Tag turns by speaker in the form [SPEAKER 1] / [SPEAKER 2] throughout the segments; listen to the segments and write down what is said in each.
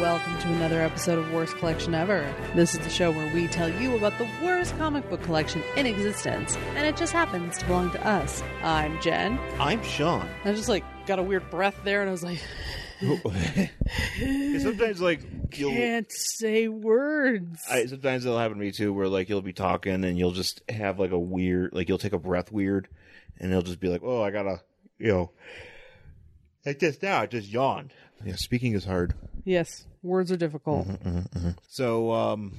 [SPEAKER 1] welcome to another episode of Worst Collection Ever. This is the show where we tell you about the worst comic book collection in existence, and it just happens to belong to us. I'm Jen.
[SPEAKER 2] I'm Sean.
[SPEAKER 1] I just like got a weird breath there, and I was like,
[SPEAKER 2] And sometimes like you'll
[SPEAKER 1] can't say words.
[SPEAKER 2] I, sometimes it'll happen to me too, where like you'll be talking and you'll just have like a weird, like you'll take a breath weird, and it'll just be like, oh, I gotta, you know, like this now. I just yawned. Yeah, speaking is hard.
[SPEAKER 1] yes, words are difficult.
[SPEAKER 2] Mm-hmm. So um,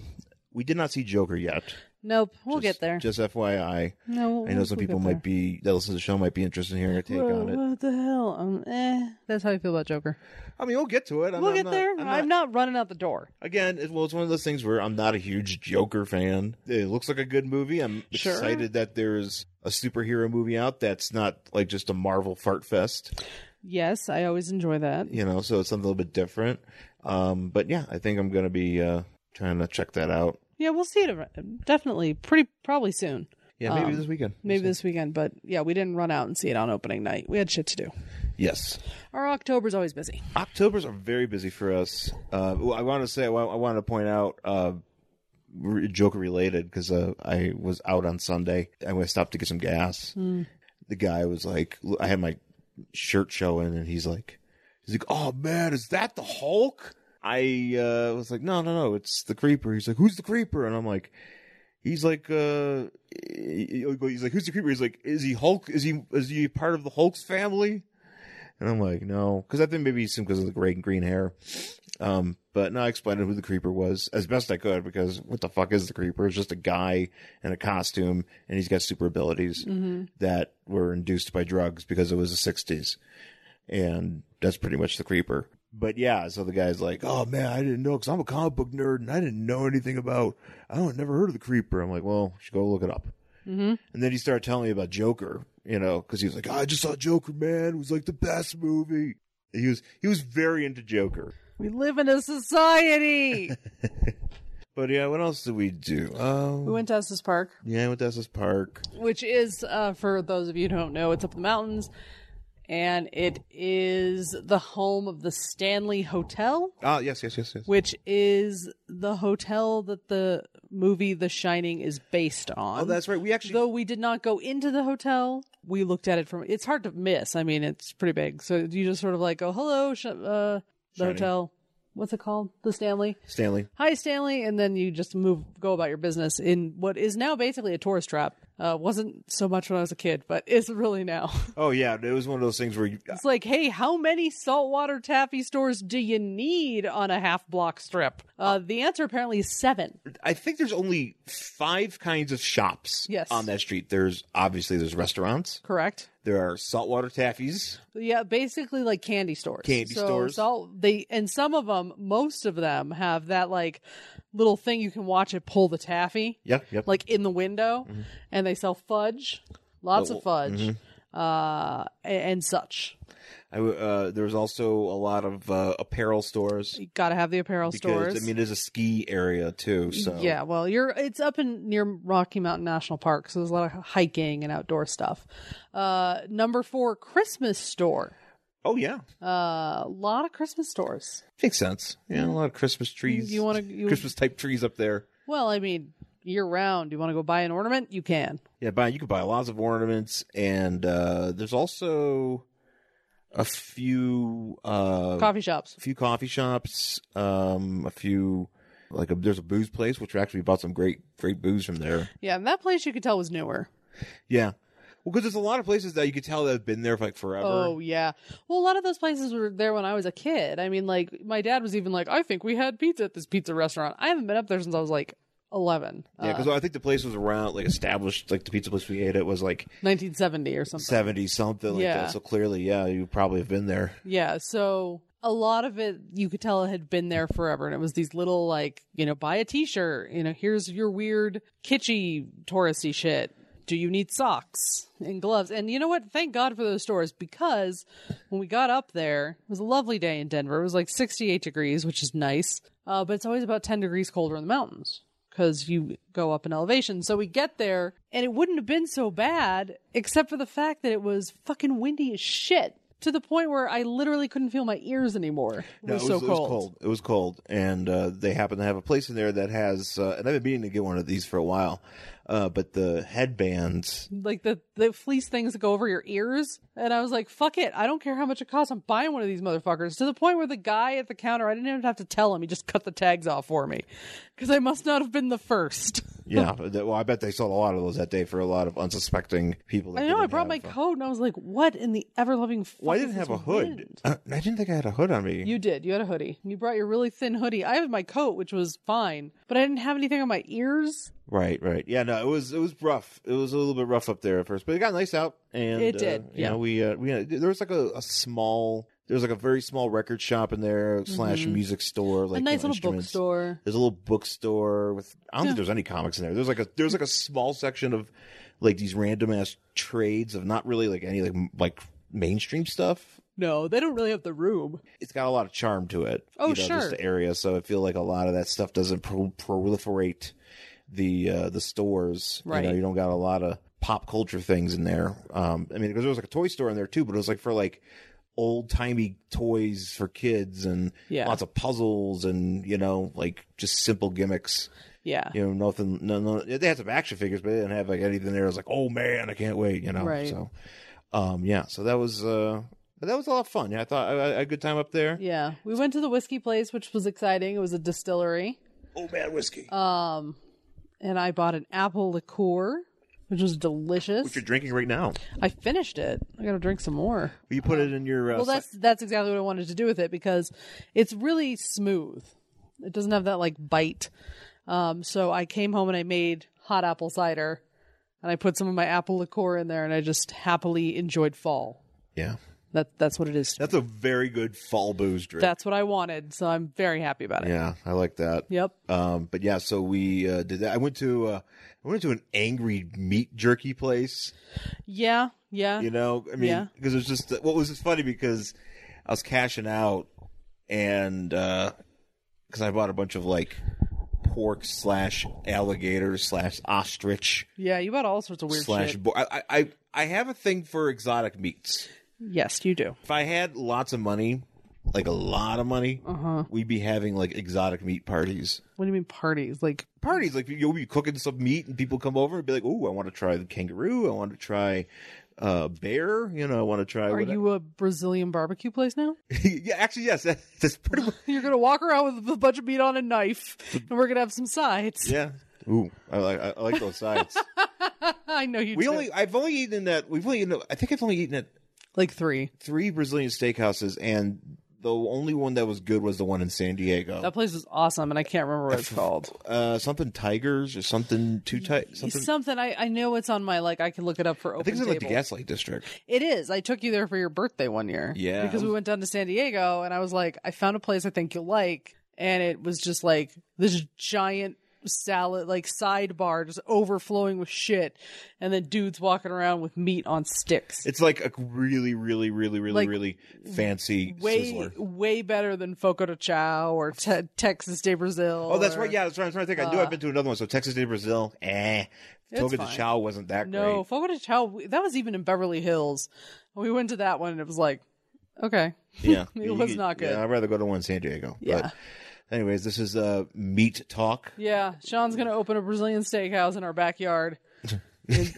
[SPEAKER 2] we did not see Joker yet.
[SPEAKER 1] Nope, we'll
[SPEAKER 2] Just-
[SPEAKER 1] get there.
[SPEAKER 2] Just FYI,
[SPEAKER 1] no,
[SPEAKER 2] I know some people might be that listen to the show might be interested in hearing our take on it.
[SPEAKER 1] What the hell? Um, eh. That's how I feel about Joker.
[SPEAKER 2] I mean, we'll get to it. I'm,
[SPEAKER 1] we'll
[SPEAKER 2] I'm
[SPEAKER 1] get
[SPEAKER 2] not-
[SPEAKER 1] there.
[SPEAKER 2] I'm not-
[SPEAKER 1] I'm not running out the door.
[SPEAKER 2] Again, it, well, it's one of those things where I'm not a huge Joker fan. It looks like a good movie. I'm
[SPEAKER 1] Sure.
[SPEAKER 2] excited that there's a superhero movie out that's not like just a Marvel fart fest,
[SPEAKER 1] Yes, I always enjoy that.
[SPEAKER 2] you know. So it's something a little bit different. Um, but yeah, I think I'm gonna be uh, trying to check that out.
[SPEAKER 1] Yeah, we'll see it ar- definitely pretty probably soon.
[SPEAKER 2] Yeah, maybe
[SPEAKER 1] Um,
[SPEAKER 2] this weekend.
[SPEAKER 1] Maybe this weekend, but yeah, we didn't run out and see it on opening night. We had shit to do.
[SPEAKER 2] Yes,
[SPEAKER 1] Our October's always busy.
[SPEAKER 2] October's are very busy for us. Uh, well, I want to say I wa- I wanted to point out uh, re- Joker related because uh, I was out on Sunday. I went stopped to get some gas. The guy was like, I had my shirt showing, and he's like, he's like, oh man, is that the Hulk? I uh, was like, no, no, no, it's the Creeper. He's like, who's the Creeper? And I'm like. He's like, uh, he's like, who's the creeper? He's like, is he Hulk? Is he is he part of the Hulk's family? And I'm like, no, because I think maybe it's because of the gray and green hair. Um, but no, I explained who the creeper was as best I could because what the fuck is the creeper? It's just a guy in a costume and he's got super abilities
[SPEAKER 1] Mm-hmm.
[SPEAKER 2] that were induced by drugs because it was the 60s. And that's pretty much the creeper. But yeah, so the guy's like, oh man, I didn't know because I'm a comic book nerd and I didn't know anything about, I don't never heard of the creeper. I'm like, well, you should go look it up. And then he started telling me about Joker, you know, because he was like, "Oh, I just saw Joker, man. It was like the best movie. He was he was very into Joker.
[SPEAKER 1] We live in a society.
[SPEAKER 2] But yeah, what else did we do? Um,
[SPEAKER 1] we went to Estes Park,
[SPEAKER 2] yeah, I went to Estes Park.
[SPEAKER 1] which is, uh, for those of you who don't know, it's up in the mountains, and it is the home of the Stanley Hotel,
[SPEAKER 2] Ah, yes, yes, yes, yes.
[SPEAKER 1] which is the hotel that the movie The Shining is based on.
[SPEAKER 2] Oh, that's right. We actually
[SPEAKER 1] Though we did not go into the hotel, we looked at it from. It's hard to miss. I mean, it's pretty big. So you just sort of like go, hello, sh- uh, the
[SPEAKER 2] Shiny.
[SPEAKER 1] hotel. What's it called? The Stanley.
[SPEAKER 2] Stanley.
[SPEAKER 1] Hi, Stanley. And then you just move, go about your business in what is now basically a tourist trap. Uh, wasn't so much when I was a kid, but it's really now.
[SPEAKER 2] Oh yeah, it was one of those things where you,
[SPEAKER 1] It's like, hey, how many saltwater taffy stores do you need on a half block strip? Uh, the answer apparently is seven.
[SPEAKER 2] I think there's only five kinds of shops
[SPEAKER 1] Yes.
[SPEAKER 2] on that street. There's obviously there's restaurants.
[SPEAKER 1] Correct.
[SPEAKER 2] There are saltwater taffies.
[SPEAKER 1] Yeah, basically like candy stores.
[SPEAKER 2] Candy
[SPEAKER 1] So
[SPEAKER 2] stores.
[SPEAKER 1] salt- they and some of them, most of them have that like little thing you can watch it pull the taffy,
[SPEAKER 2] Yep, yep. Mm-hmm.
[SPEAKER 1] like in the window, and they sell fudge, lots
[SPEAKER 2] Oh,
[SPEAKER 1] of fudge,
[SPEAKER 2] mm-hmm.
[SPEAKER 1] uh, a- and such.
[SPEAKER 2] I w uh, there was also a lot of uh, apparel stores.
[SPEAKER 1] You gotta have the apparel
[SPEAKER 2] because
[SPEAKER 1] stores.
[SPEAKER 2] I mean, it is a ski area too. So
[SPEAKER 1] Yeah, well, you're it's up in near Rocky Mountain National Park, so there's a lot of hiking and outdoor stuff. Uh, number four, Christmas store.
[SPEAKER 2] Oh yeah,
[SPEAKER 1] Uh, a lot of Christmas stores.
[SPEAKER 2] makes sense. Yeah, a lot of Christmas trees.
[SPEAKER 1] You wanna- you-
[SPEAKER 2] Christmas type trees up there?
[SPEAKER 1] Well, I mean, year round. You want to go buy an ornament? You can.
[SPEAKER 2] Yeah, buy you could buy lots of ornaments, and uh, there's also a few uh,
[SPEAKER 1] Coffee shops.
[SPEAKER 2] few coffee shops, um, a few like a, there's a booze place, which we actually bought some great great booze from there.
[SPEAKER 1] Yeah, and that place you could tell was newer.
[SPEAKER 2] Yeah. Well, because there's a lot of places that you could tell that have been there for like forever.
[SPEAKER 1] Oh yeah. Well, a lot of those places were there when I was a kid. I mean, like my dad was even like, I think we had pizza at this pizza restaurant. I haven't been up there since I was like eleven. uh,
[SPEAKER 2] Yeah, because I think the place was around like established, like the pizza place we ate at was like
[SPEAKER 1] nineteen seventy or something.
[SPEAKER 2] seventy something like
[SPEAKER 1] Yeah.
[SPEAKER 2] that. So clearly, yeah, you probably have been there.
[SPEAKER 1] Yeah, so a lot of it you could tell it had been there forever and it was these little like, you know, buy a t-shirt, you know, here's your weird kitschy touristy shit. Do you need socks and gloves? And you know what? Thank God for those stores because when we got up there, it was a lovely day in Denver. It was like 68 degrees, which is nice. Uh, but it's always about 10 degrees colder in the mountains because you go up in elevation. So we get there and it wouldn't have been so bad except for the fact that it was fucking windy as shit. to the point where I literally couldn't feel my ears anymore. It was so
[SPEAKER 2] it was cold. It was cold, and uh, they happen to have a place in there that has. Uh, and I've been meaning to get one of these for a while, uh, but the headbands.
[SPEAKER 1] Like the the fleece things that go over your ears, and I was like, "Fuck it! I don't care how much it costs. I'm buying one of these motherfuckers." To the point where the guy at the counter, I didn't even have to tell him; he just cut the tags off for me, because I must not have been the first.
[SPEAKER 2] Yeah, that- well, I bet they sold a lot of those that day for a lot of unsuspecting people. That
[SPEAKER 1] I know. I
[SPEAKER 2] didn't
[SPEAKER 1] brought my
[SPEAKER 2] have, uh,
[SPEAKER 1] coat, and I was like, "What in the ever loving?"
[SPEAKER 2] Well, I didn't have a hood. Uh, I didn't think I had a hood on me.
[SPEAKER 1] You did. You had a hoodie. You brought your really thin hoodie. I had my coat, which was fine, but I didn't have anything on my ears.
[SPEAKER 2] Right, right. Yeah, no, it was it was rough. It was a little bit rough up there at first, but it got nice out. And
[SPEAKER 1] It
[SPEAKER 2] uh,
[SPEAKER 1] did,
[SPEAKER 2] you
[SPEAKER 1] yeah.
[SPEAKER 2] know, we uh, we uh, there was like a, a small there was like a very small record shop in there slash music store, like
[SPEAKER 1] Mm-hmm. a nice
[SPEAKER 2] you
[SPEAKER 1] little
[SPEAKER 2] know, instruments.
[SPEAKER 1] bookstore.
[SPEAKER 2] There's a little bookstore with I don't think there's any comics in there. There's like a there's like a small section of like these random ass trades of not really like any like m- like mainstream stuff.
[SPEAKER 1] No, they don't really have the room.
[SPEAKER 2] It's got a lot of charm to it.
[SPEAKER 1] Oh,
[SPEAKER 2] you know,
[SPEAKER 1] sure.
[SPEAKER 2] Just the area, so I feel like a lot of that stuff doesn't pro- proliferate the uh, the stores. You
[SPEAKER 1] Right.
[SPEAKER 2] know, you don't got a lot of pop culture things in there. Um, I mean, because there was like a toy store in there too, but it was like for like old timey toys for kids and
[SPEAKER 1] Yeah.
[SPEAKER 2] lots of puzzles and you know like just simple gimmicks.
[SPEAKER 1] Yeah.
[SPEAKER 2] You know, nothing. No, no. They had some action figures, but they didn't have like anything there. It was like, oh man, I can't wait. You know.
[SPEAKER 1] Right.
[SPEAKER 2] So, um, yeah. So that was uh, but that was a lot of fun. Yeah, I thought I, I had a good time up there.
[SPEAKER 1] Yeah. We went to the whiskey place, which was exciting. It was a distillery.
[SPEAKER 2] Oh man, whiskey.
[SPEAKER 1] Um, and I bought an apple liqueur, which was delicious.
[SPEAKER 2] What you're drinking right now?
[SPEAKER 1] I finished it. I gotta drink some more.
[SPEAKER 2] You put it in your. Uh,
[SPEAKER 1] Well, that's that's exactly what I wanted to do with it because it's really smooth. It doesn't have that like bite. Um, so I came home and I made hot apple cider, and I put some of my apple liqueur in there, and I just happily enjoyed fall.
[SPEAKER 2] yeah.
[SPEAKER 1] That that's what it is.
[SPEAKER 2] That's a very good fall booze drink.
[SPEAKER 1] That's what I wanted, so I'm very happy about it.
[SPEAKER 2] yeah, I like that.
[SPEAKER 1] Yep.
[SPEAKER 2] Um, but yeah, so we uh, did that. I went to uh, I went to an angry meat jerky place.
[SPEAKER 1] Yeah. Yeah.
[SPEAKER 2] You know, I mean,
[SPEAKER 1] Yeah.
[SPEAKER 2] because it was just what was just funny because I was cashing out and because I bought a bunch of like pork slash alligator slash ostrich
[SPEAKER 1] Yeah. You bought all sorts of weird
[SPEAKER 2] slash
[SPEAKER 1] shit.
[SPEAKER 2] bo- I, I- I I have a thing for exotic meats.
[SPEAKER 1] Yes, you do.
[SPEAKER 2] If I had lots of money, like a lot of money,
[SPEAKER 1] Uh-huh.
[SPEAKER 2] we'd be having like exotic meat parties.
[SPEAKER 1] What do you mean parties? Like
[SPEAKER 2] parties. Like you'll be cooking some meat, and people come over and be like, "Oh, I want to try the kangaroo. I want to try uh, bear. You know, I want to try."
[SPEAKER 1] Are
[SPEAKER 2] whatever."
[SPEAKER 1] you a Brazilian barbecue place now?
[SPEAKER 2] yeah, actually, yes. That, that's pretty much.
[SPEAKER 1] You're gonna walk around with a bunch of meat on a knife, and we're gonna have some sides.
[SPEAKER 2] Yeah. Ooh, I like I like those sides.
[SPEAKER 1] I know you.
[SPEAKER 2] we
[SPEAKER 1] do.
[SPEAKER 2] only I've only eaten that we've only eaten, I think I've only eaten at
[SPEAKER 1] like three.
[SPEAKER 2] three Brazilian steakhouses, and the only one that was good was the one in San Diego.
[SPEAKER 1] That place was awesome, and I can't remember what it's called.
[SPEAKER 2] uh, something tigers or something two tight something.
[SPEAKER 1] Something I, I know it's on my like I can look it up for open
[SPEAKER 2] I think it's in
[SPEAKER 1] table.
[SPEAKER 2] like the Gaslight District.
[SPEAKER 1] It is. I took you there for your birthday one year.
[SPEAKER 2] Yeah,
[SPEAKER 1] Because
[SPEAKER 2] it
[SPEAKER 1] we went down to San Diego and I was like, I found a place I think you'll like. And it was just like this giant salad, like sidebar just overflowing with shit. And then dudes walking around with meat on sticks.
[SPEAKER 2] It's like a really, really, really, really,
[SPEAKER 1] Like,
[SPEAKER 2] really fancy
[SPEAKER 1] way,
[SPEAKER 2] sizzler.
[SPEAKER 1] way better than Foco de Chao or te- Texas de Brazil.
[SPEAKER 2] Oh, that's
[SPEAKER 1] or-
[SPEAKER 2] right. Yeah, that's right. I'm trying to think. I knew I've been to another one. So Texas Day Brazil, eh? Toga de
[SPEAKER 1] fine.
[SPEAKER 2] Chao wasn't that
[SPEAKER 1] No, Fogo de Chao, that was even in Beverly Hills. We went to that one and it was like, okay.
[SPEAKER 2] great. Yeah,
[SPEAKER 1] It was
[SPEAKER 2] You-
[SPEAKER 1] not good.
[SPEAKER 2] yeah, I'd rather go to one in San Diego.
[SPEAKER 1] Yeah.
[SPEAKER 2] But anyways, this is uh, meat talk.
[SPEAKER 1] Yeah, Sean's going to open a Brazilian steakhouse in our backyard. And-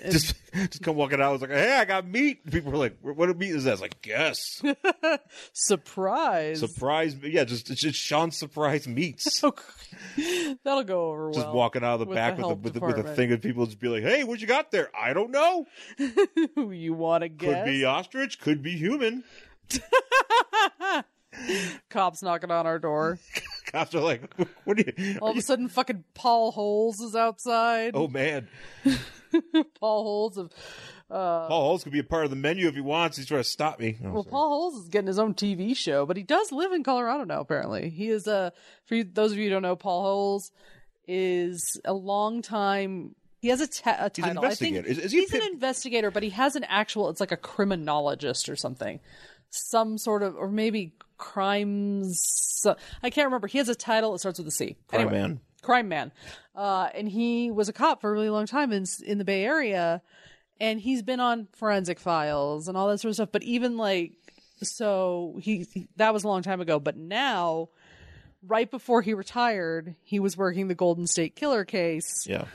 [SPEAKER 1] and-
[SPEAKER 2] Just, just come walking out. I was like, hey, I got meat. People were like, what meat is that? I was like, guess
[SPEAKER 1] surprise.
[SPEAKER 2] surprise. Yeah, just it's just Sean surprise meats.
[SPEAKER 1] That'll go over well.
[SPEAKER 2] Just walking out of the
[SPEAKER 1] with
[SPEAKER 2] back
[SPEAKER 1] the
[SPEAKER 2] with,
[SPEAKER 1] health
[SPEAKER 2] the, with, the, with a
[SPEAKER 1] department.
[SPEAKER 2] thing, and people just be like, "Hey, what you got there? I don't know.
[SPEAKER 1] you want to
[SPEAKER 2] Could
[SPEAKER 1] guess?
[SPEAKER 2] be ostrich, could be human."
[SPEAKER 1] Cops knocking on our door.
[SPEAKER 2] Cops are like, "What are you?
[SPEAKER 1] All of a sudden, fucking Paul Holes is outside.
[SPEAKER 2] oh man,
[SPEAKER 1] Paul Holes of uh,
[SPEAKER 2] Paul Holes could be a part of the menu if he wants. He's trying to stop me. Oh,
[SPEAKER 1] well,
[SPEAKER 2] sorry.
[SPEAKER 1] Paul Holes is getting his own TV show, but he does live in Colorado now. Apparently, he is a. For you, those of you who don't know, Paul Holes is a long time. He has a, ta- a
[SPEAKER 2] he's an
[SPEAKER 1] title. I think
[SPEAKER 2] investigator. Is, is he?
[SPEAKER 1] he's an investigator, but he has an actual. It's like a criminologist or something, some sort of, or maybe crimes. I can't remember. He has a title. It starts with a C.
[SPEAKER 2] crime
[SPEAKER 1] Anyway,
[SPEAKER 2] man?
[SPEAKER 1] crime man, uh, and he was a cop for a really long time in in the Bay Area, and he's been on Forensic Files and all that sort of stuff. But even like so he, he- that was a long time ago, but now right before he retired, he was working the Golden State Killer case
[SPEAKER 2] Yeah.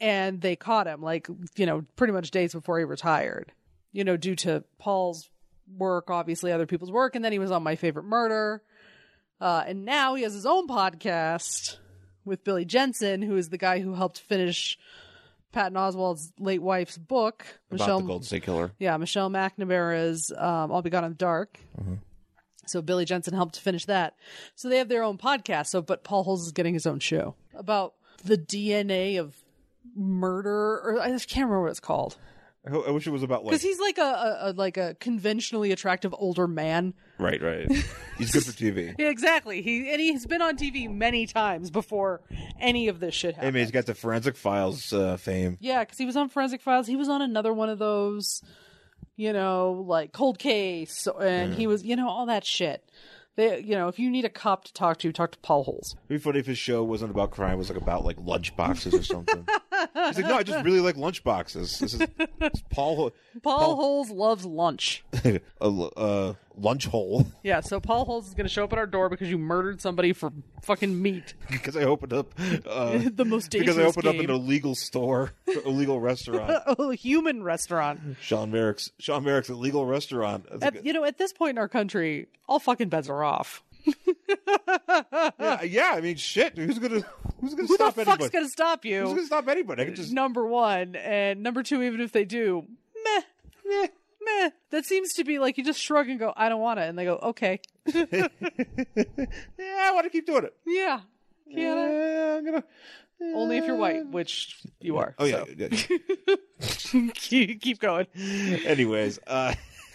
[SPEAKER 1] and they caught him like, you know, pretty much days before he retired. You know, due to Paul's work, obviously other people's work, and then he was on My Favorite Murder. Uh, and now he has his own podcast with Billy Jensen, who is the guy who helped finish Patton Oswald's late wife's book,
[SPEAKER 2] About the Golden State Killer.
[SPEAKER 1] yeah, Michelle McNamara's um, I'll Be Gone in the Dark. So Billy Jensen helped finish that. So they have their own podcast. So, but Paul Holes is getting his own show about the DNA of murder, or I just can't remember what it's called.
[SPEAKER 2] I, ho- I wish it was about like
[SPEAKER 1] Because he's like a, a, a like a conventionally attractive older man.
[SPEAKER 2] right, right. He's good for TV.
[SPEAKER 1] Yeah, exactly. He and he's been on TV many times before any of this shit
[SPEAKER 2] I
[SPEAKER 1] happened.
[SPEAKER 2] mean, he's got the Forensic Files uh, fame.
[SPEAKER 1] Yeah, because he was on Forensic Files. He was on another one of those, you know, like Cold Case, and he was, you know, all that shit. They, you know, if you need a cop to talk to, talk to Paul Holes.
[SPEAKER 2] It'd be funny if his show wasn't about crime; it was like about like lunch boxes or something. He's like, no, I just really like lunch boxes. This is it's Paul
[SPEAKER 1] Paul Holes loves lunch.
[SPEAKER 2] a l- uh, lunch hole
[SPEAKER 1] yeah, so Paul Holes is going to show up at our door because you murdered somebody for fucking meat.
[SPEAKER 2] because I opened up uh,
[SPEAKER 1] the most dangerous
[SPEAKER 2] because I opened up
[SPEAKER 1] game.
[SPEAKER 2] an illegal store, illegal restaurant.
[SPEAKER 1] Oh, human restaurant.
[SPEAKER 2] Sean Merrick's Sean Merrick's illegal restaurant. It's like,
[SPEAKER 1] At, you know, at this point in our country, all fucking bets are off.
[SPEAKER 2] yeah, ah, yeah, I mean, shit. Who's gonna who's gonna
[SPEAKER 1] Who
[SPEAKER 2] stop
[SPEAKER 1] the fuck's
[SPEAKER 2] anybody?
[SPEAKER 1] going to stop you?
[SPEAKER 2] Who's gonna stop anybody? I could just
[SPEAKER 1] number one, and number two, even if they do, meh, meh, meh. That seems to be like you just shrug and go, I don't want it, and they go, okay,
[SPEAKER 2] yeah, I want to keep doing it.
[SPEAKER 1] yeah, yeah.
[SPEAKER 2] Yeah, I'm gonna.
[SPEAKER 1] Only if you're white, which you are.
[SPEAKER 2] Oh yeah, yeah.
[SPEAKER 1] so. keep, keep going.
[SPEAKER 2] Anyways, uh,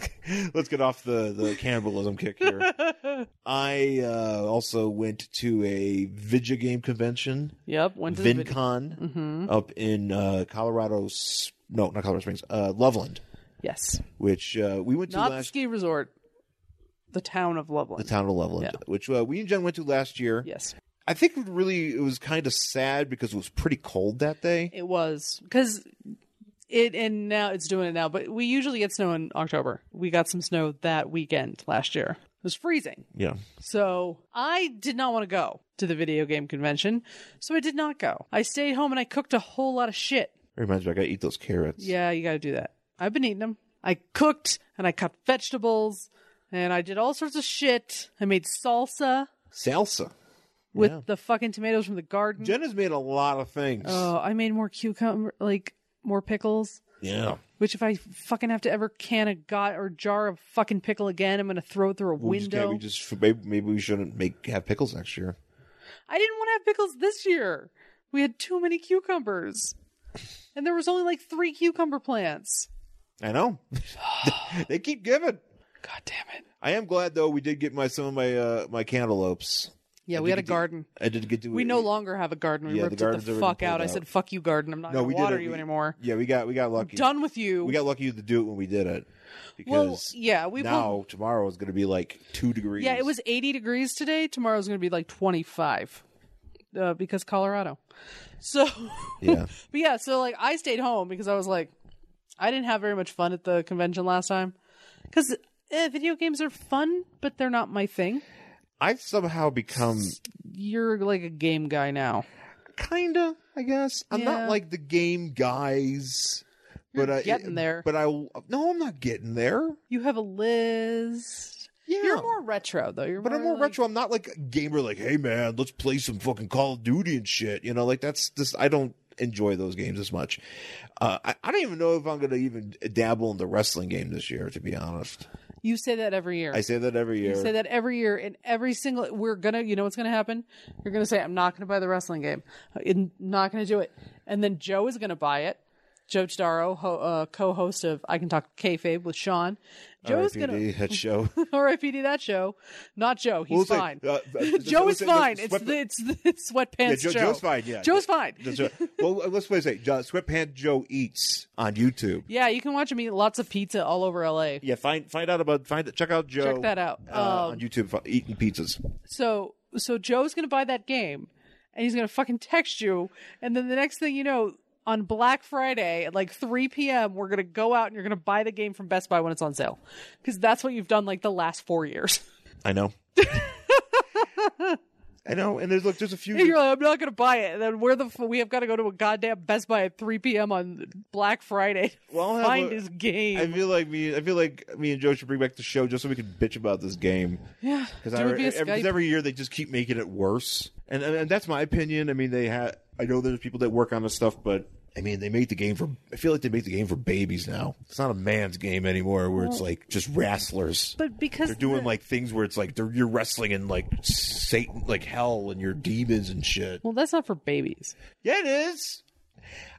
[SPEAKER 2] let's get off the, the cannibalism kick here. I uh, also went to a video game convention,
[SPEAKER 1] Yep, went to the Mm-hmm. video.
[SPEAKER 2] VinCon, up in uh, Colorado. S- No, not Colorado Springs, uh, Loveland,
[SPEAKER 1] Yes,
[SPEAKER 2] which uh, we went to
[SPEAKER 1] not the
[SPEAKER 2] last
[SPEAKER 1] ski resort, the town of
[SPEAKER 2] the
[SPEAKER 1] Loveland.
[SPEAKER 2] town of Loveland,
[SPEAKER 1] Yeah.
[SPEAKER 2] which uh, we and Jen went to last year.
[SPEAKER 1] yes,
[SPEAKER 2] I think it really it was kind of sad because it was pretty cold that day.
[SPEAKER 1] it was because it and now it's doing it now. But we usually get snow in October. We got some snow that weekend last year. It was freezing.
[SPEAKER 2] Yeah,
[SPEAKER 1] So I did not want to go to the video game convention, so I did not go. I stayed home and I cooked a whole lot of shit.
[SPEAKER 2] reminds me I gotta eat those carrots.
[SPEAKER 1] Yeah, you got to do that. I've been eating them. I cooked and I cut vegetables and I did all sorts of shit. I made salsa
[SPEAKER 2] salsa.
[SPEAKER 1] with
[SPEAKER 2] Yeah.
[SPEAKER 1] the fucking tomatoes from the garden.
[SPEAKER 2] Jen has made a lot of things.
[SPEAKER 1] oh, I made more cucumber, like more pickles.
[SPEAKER 2] yeah.
[SPEAKER 1] Which, if I fucking have to ever can a god or jar of fucking pickle again, I'm gonna throw it through a
[SPEAKER 2] We just can't-
[SPEAKER 1] window.
[SPEAKER 2] we just maybe, maybe we shouldn't make have pickles next year.
[SPEAKER 1] I didn't want to have pickles this year. We had too many cucumbers. And there was only like three cucumber plants.
[SPEAKER 2] I know they keep giving.
[SPEAKER 1] God damn it.
[SPEAKER 2] I am glad though we did get my some of my uh, my cantaloupes.
[SPEAKER 1] Yeah, we had a garden.
[SPEAKER 2] I did get to
[SPEAKER 1] We no longer have a garden. We
[SPEAKER 2] Yeah, the
[SPEAKER 1] ripped it
[SPEAKER 2] garden's
[SPEAKER 1] the
[SPEAKER 2] already
[SPEAKER 1] fuck
[SPEAKER 2] pulled
[SPEAKER 1] out. I
[SPEAKER 2] out.
[SPEAKER 1] said, fuck you, garden. I'm not
[SPEAKER 2] No,
[SPEAKER 1] going
[SPEAKER 2] we
[SPEAKER 1] to
[SPEAKER 2] did
[SPEAKER 1] water
[SPEAKER 2] it.
[SPEAKER 1] you
[SPEAKER 2] We-
[SPEAKER 1] anymore.
[SPEAKER 2] Yeah, we got we got lucky.
[SPEAKER 1] Done with you.
[SPEAKER 2] We got lucky to do it when we did it
[SPEAKER 1] well,
[SPEAKER 2] because
[SPEAKER 1] yeah, we
[SPEAKER 2] now
[SPEAKER 1] pulled-
[SPEAKER 2] tomorrow is going to be like two degrees.
[SPEAKER 1] Yeah, it was 80 degrees today. Tomorrow's going to be like 25 uh, because Colorado. So,
[SPEAKER 2] Yeah,
[SPEAKER 1] but yeah, so like I stayed home because I was like, I didn't have very much fun at the convention last time because eh, video games are fun, but they're not my thing.
[SPEAKER 2] I've somehow become
[SPEAKER 1] You're like a game guy now.
[SPEAKER 2] kinda. I guess I'm
[SPEAKER 1] Yeah.
[SPEAKER 2] not like the game guys, but I
[SPEAKER 1] getting there.
[SPEAKER 2] But I no, I'm not getting there.
[SPEAKER 1] You have a list.
[SPEAKER 2] Yeah,
[SPEAKER 1] You're more retro though. You're
[SPEAKER 2] But I'm more
[SPEAKER 1] like-
[SPEAKER 2] retro. I'm not like a gamer. Like, hey man, let's play some fucking Call of Duty and shit. You know, like that's just I don't enjoy those games as much. Uh, I, I don't even know if I'm gonna even dabble in the wrestling game this year. To be honest,
[SPEAKER 1] You say that every year.
[SPEAKER 2] I say that every year.
[SPEAKER 1] you say that every year in every single we're gonna you know what's gonna happen you're gonna say i'm not gonna buy the wrestling game i'm not gonna do it and then joe is gonna buy it joe Chidaro, ho- uh, co-host of i can talk kayfabe with sean joe is gonna
[SPEAKER 2] RIPD, that show.
[SPEAKER 1] ripd that show not joe he's
[SPEAKER 2] We'll say,
[SPEAKER 1] fine
[SPEAKER 2] uh, uh,
[SPEAKER 1] joe
[SPEAKER 2] we'll
[SPEAKER 1] is
[SPEAKER 2] say-
[SPEAKER 1] fine
[SPEAKER 2] let's-
[SPEAKER 1] it's
[SPEAKER 2] sweat-
[SPEAKER 1] the it's the it's sweatpants
[SPEAKER 2] yeah, Joe,
[SPEAKER 1] joe.
[SPEAKER 2] Joe's fine. Yeah,
[SPEAKER 1] joe's fine
[SPEAKER 2] That's right. well, uh, let's wait a second. Joe, Sweatpants Joe eats on YouTube.
[SPEAKER 1] yeah you can watch him eat lots of pizza all over la
[SPEAKER 2] Yeah, find find out about find check out Joe.
[SPEAKER 1] Check that out. Um,
[SPEAKER 2] uh, on YouTube for eating pizzas.
[SPEAKER 1] So so Joe's gonna buy that game and he's gonna fucking text you and then the next thing you know, on Black Friday at like 3 p.m. We're gonna go out and you're gonna buy the game from Best Buy when it's on sale, because that's what you've done like the last four years.
[SPEAKER 2] I know. I know. And there's look, there's a
[SPEAKER 1] And
[SPEAKER 2] few.
[SPEAKER 1] you're like, I'm not gonna buy it. And then where the f- we have got to go to a goddamn Best Buy at 3 p.m. on Black Friday.
[SPEAKER 2] Well, I'll have
[SPEAKER 1] Find
[SPEAKER 2] a-
[SPEAKER 1] his game.
[SPEAKER 2] I feel like me. I feel like me and Joe should bring back the show just so we could bitch about this game.
[SPEAKER 1] yeah,
[SPEAKER 2] Because
[SPEAKER 1] Do it via
[SPEAKER 2] every,
[SPEAKER 1] Skype.
[SPEAKER 2] every year they just keep making it worse, and, and and that's my opinion. I mean, they have. I know there's people that work on this stuff, but I mean, they make the game for. I feel like they make the game for babies now. It's not a man's game anymore, where it's like just wrestlers.
[SPEAKER 1] but because
[SPEAKER 2] they're doing like things where it's like they're, you're wrestling in like Satan, like hell, and your demons and shit.
[SPEAKER 1] well, that's not for babies.
[SPEAKER 2] Yeah, it is.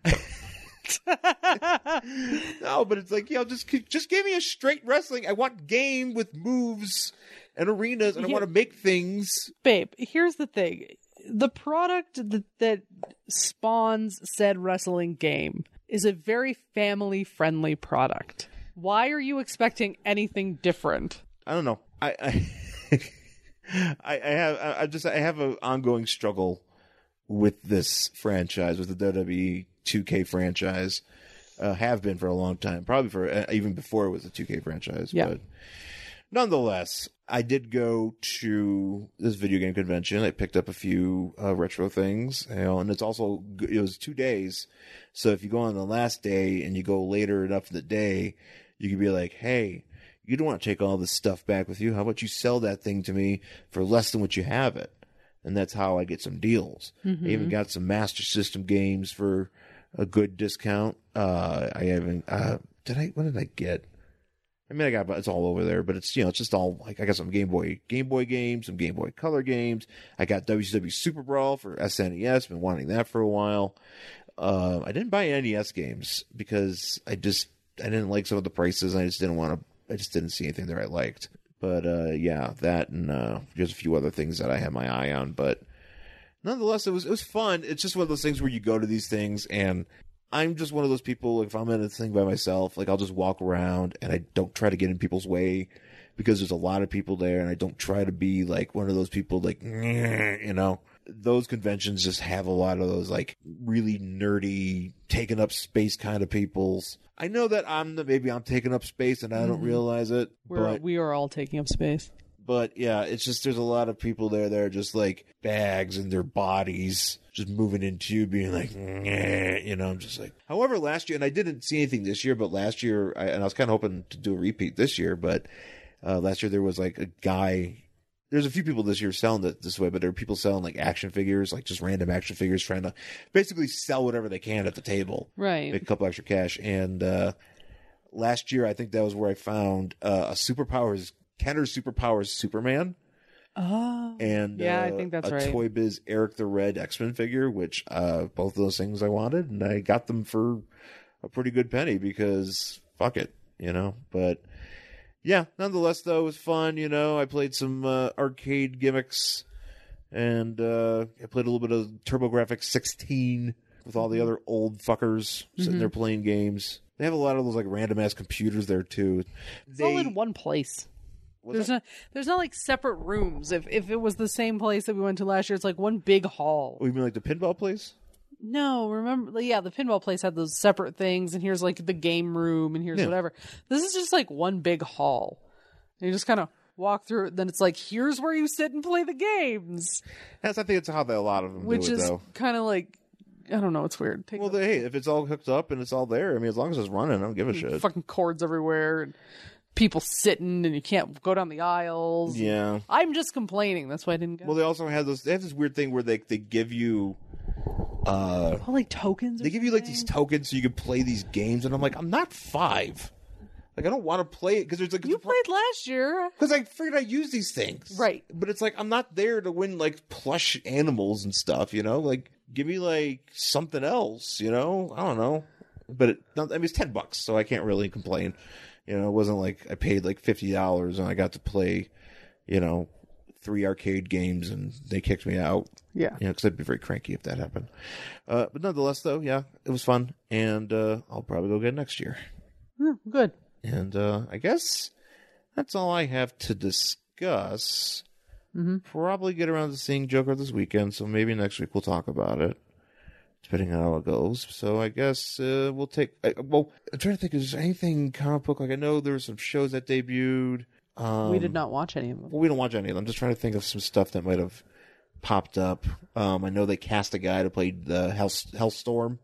[SPEAKER 2] no, but it's like yo, just just give me a straight wrestling. I want game with moves and arenas, and I
[SPEAKER 1] Yeah.
[SPEAKER 2] want to make things.
[SPEAKER 1] babe here's the thing the product that, that spawns said wrestling game is a very family friendly product why are you expecting anything different
[SPEAKER 2] I don't know. I I, I, I have I I just I have an ongoing struggle with this franchise, with the WWE 2K franchise. Uh, have been for a long time, probably for uh, even before it was a 2K franchise.
[SPEAKER 1] Yeah.
[SPEAKER 2] But nonetheless, I did go to this video game convention. I picked up a few uh, retro things, you know, and it's also g- it was two days, so if you go on the last day and you go later enough in the day, you could be like, hey. You don't want to take all this stuff back with you. How about you sell that thing to me for less than what you have it? And that's how I get some deals. I even got some Master System games for a good discount. Uh, I haven't. Uh, did I? What did I get? I mean, I got it's all over there, but it's you know it's just all like I got some Game Boy Game Boy games, some Game Boy Color games. I got WCW Super Brawl for SNES. Been wanting that for a while. Uh, I didn't buy NES games because I just I didn't like some of the prices. And I just didn't want to. I just didn't see anything there I liked. But uh, yeah, that and uh, just a few other things that I had my eye on. But nonetheless, it was it was fun. It's just one of those things where you go to these things, and I'm just one of those people. Like if I'm in a thing by myself, like I'll just walk around and I don't try to get in people's way because there's a lot of people there, and I don't try to be like one of those people like you know. Those conventions just have a lot of those like really nerdy, taking up space kind of peoples. I know that I'm the maybe I'm taking up space and I don't realize it.
[SPEAKER 1] We're,
[SPEAKER 2] but
[SPEAKER 1] we are all taking up space
[SPEAKER 2] but yeah, it's just there's a lot of people there that are just like bags and their bodies just moving into you, being like, "Nyeh," you know, I'm just like. However, last year, and I didn't see anything this year, but last year, I, and I was kind of hoping to do a repeat this year, but uh, last year there was like a guy. There's a few people this year selling it this way, but there are people selling like action figures, like just random action figures, trying to basically sell whatever they can at the table
[SPEAKER 1] right
[SPEAKER 2] make a couple extra cash. And uh, last year, I think that was where I found uh, a superpowers Kenner superpowers Superman
[SPEAKER 1] oh
[SPEAKER 2] and
[SPEAKER 1] Yeah,
[SPEAKER 2] uh,
[SPEAKER 1] I think that's
[SPEAKER 2] a
[SPEAKER 1] right.
[SPEAKER 2] Toy Biz Eric the Red X Men figure, which uh, both of those things I wanted, and I got them for a pretty good penny because fuck it, you know. But yeah, nonetheless, though, it was fun. You know, I played some uh, arcade gimmicks, and uh, I played a little bit of TurboGrafx 16 with all the other old fuckers
[SPEAKER 1] Mm-hmm.
[SPEAKER 2] sitting there playing games. They have a lot of those like random ass computers there too.
[SPEAKER 1] it's all in one place
[SPEAKER 2] What's
[SPEAKER 1] there's not there's not like separate rooms if if it was the same place that we went to last year it's like one big hall
[SPEAKER 2] We oh, mean like the pinball place?
[SPEAKER 1] No, remember, like, yeah, the pinball place had those separate things, and here's like the game room, and here's
[SPEAKER 2] Yeah.
[SPEAKER 1] whatever. This is just like one big hall. And you just kind of walk through it, then it's like, here's where you sit and play the games,
[SPEAKER 2] That's I think it's how they, a lot of them
[SPEAKER 1] which
[SPEAKER 2] do it
[SPEAKER 1] is
[SPEAKER 2] though.
[SPEAKER 1] kind of like, I don't know, it's weird. Take
[SPEAKER 2] Well,
[SPEAKER 1] the
[SPEAKER 2] they, hey, if it's all hooked up and it's all there, I mean, as long as it's running, I don't give a shit.
[SPEAKER 1] fucking cords everywhere, and people sitting, and you can't go down the aisles.
[SPEAKER 2] Yeah.
[SPEAKER 1] I'm just complaining. That's why I didn't go.
[SPEAKER 2] Well, they also have this. They have this weird thing where they they give you, uh,
[SPEAKER 1] oh, like tokens. or
[SPEAKER 2] they give you like these tokens so you can play these games, and I'm like, I'm not five. Like I don't want to play it because there's like
[SPEAKER 1] something. you played last year.
[SPEAKER 2] because I figured I use these things
[SPEAKER 1] Right.
[SPEAKER 2] but it's like I'm not there to win like plush animals and stuff. You know, like give me like something else. You know, I don't know, but it, I mean it's ten bucks, so I can't really complain. You know, it wasn't like I paid like fifty dollars and I got to play, you know, three arcade games and they kicked me out.
[SPEAKER 1] Yeah.
[SPEAKER 2] You know, because I'd be very cranky if that happened. Uh, but nonetheless, though, yeah, it was fun, and uh, I'll probably go again next year.
[SPEAKER 1] Hmm, good.
[SPEAKER 2] And uh, I guess that's all I have to discuss.
[SPEAKER 1] Mm-hmm.
[SPEAKER 2] Probably get around to seeing Joker this weekend, so maybe next week we'll talk about it. depending on how it goes. So I guess uh, we'll take. I, well, I'm trying to think. Is there anything comic book? Like I know there were some shows that debuted. Um,
[SPEAKER 1] we did not watch any of them.
[SPEAKER 2] Well, we don't watch any of them. I'm just trying to think of some stuff that might have popped up. Um, I know they cast a guy to play the Hell Hellstorm.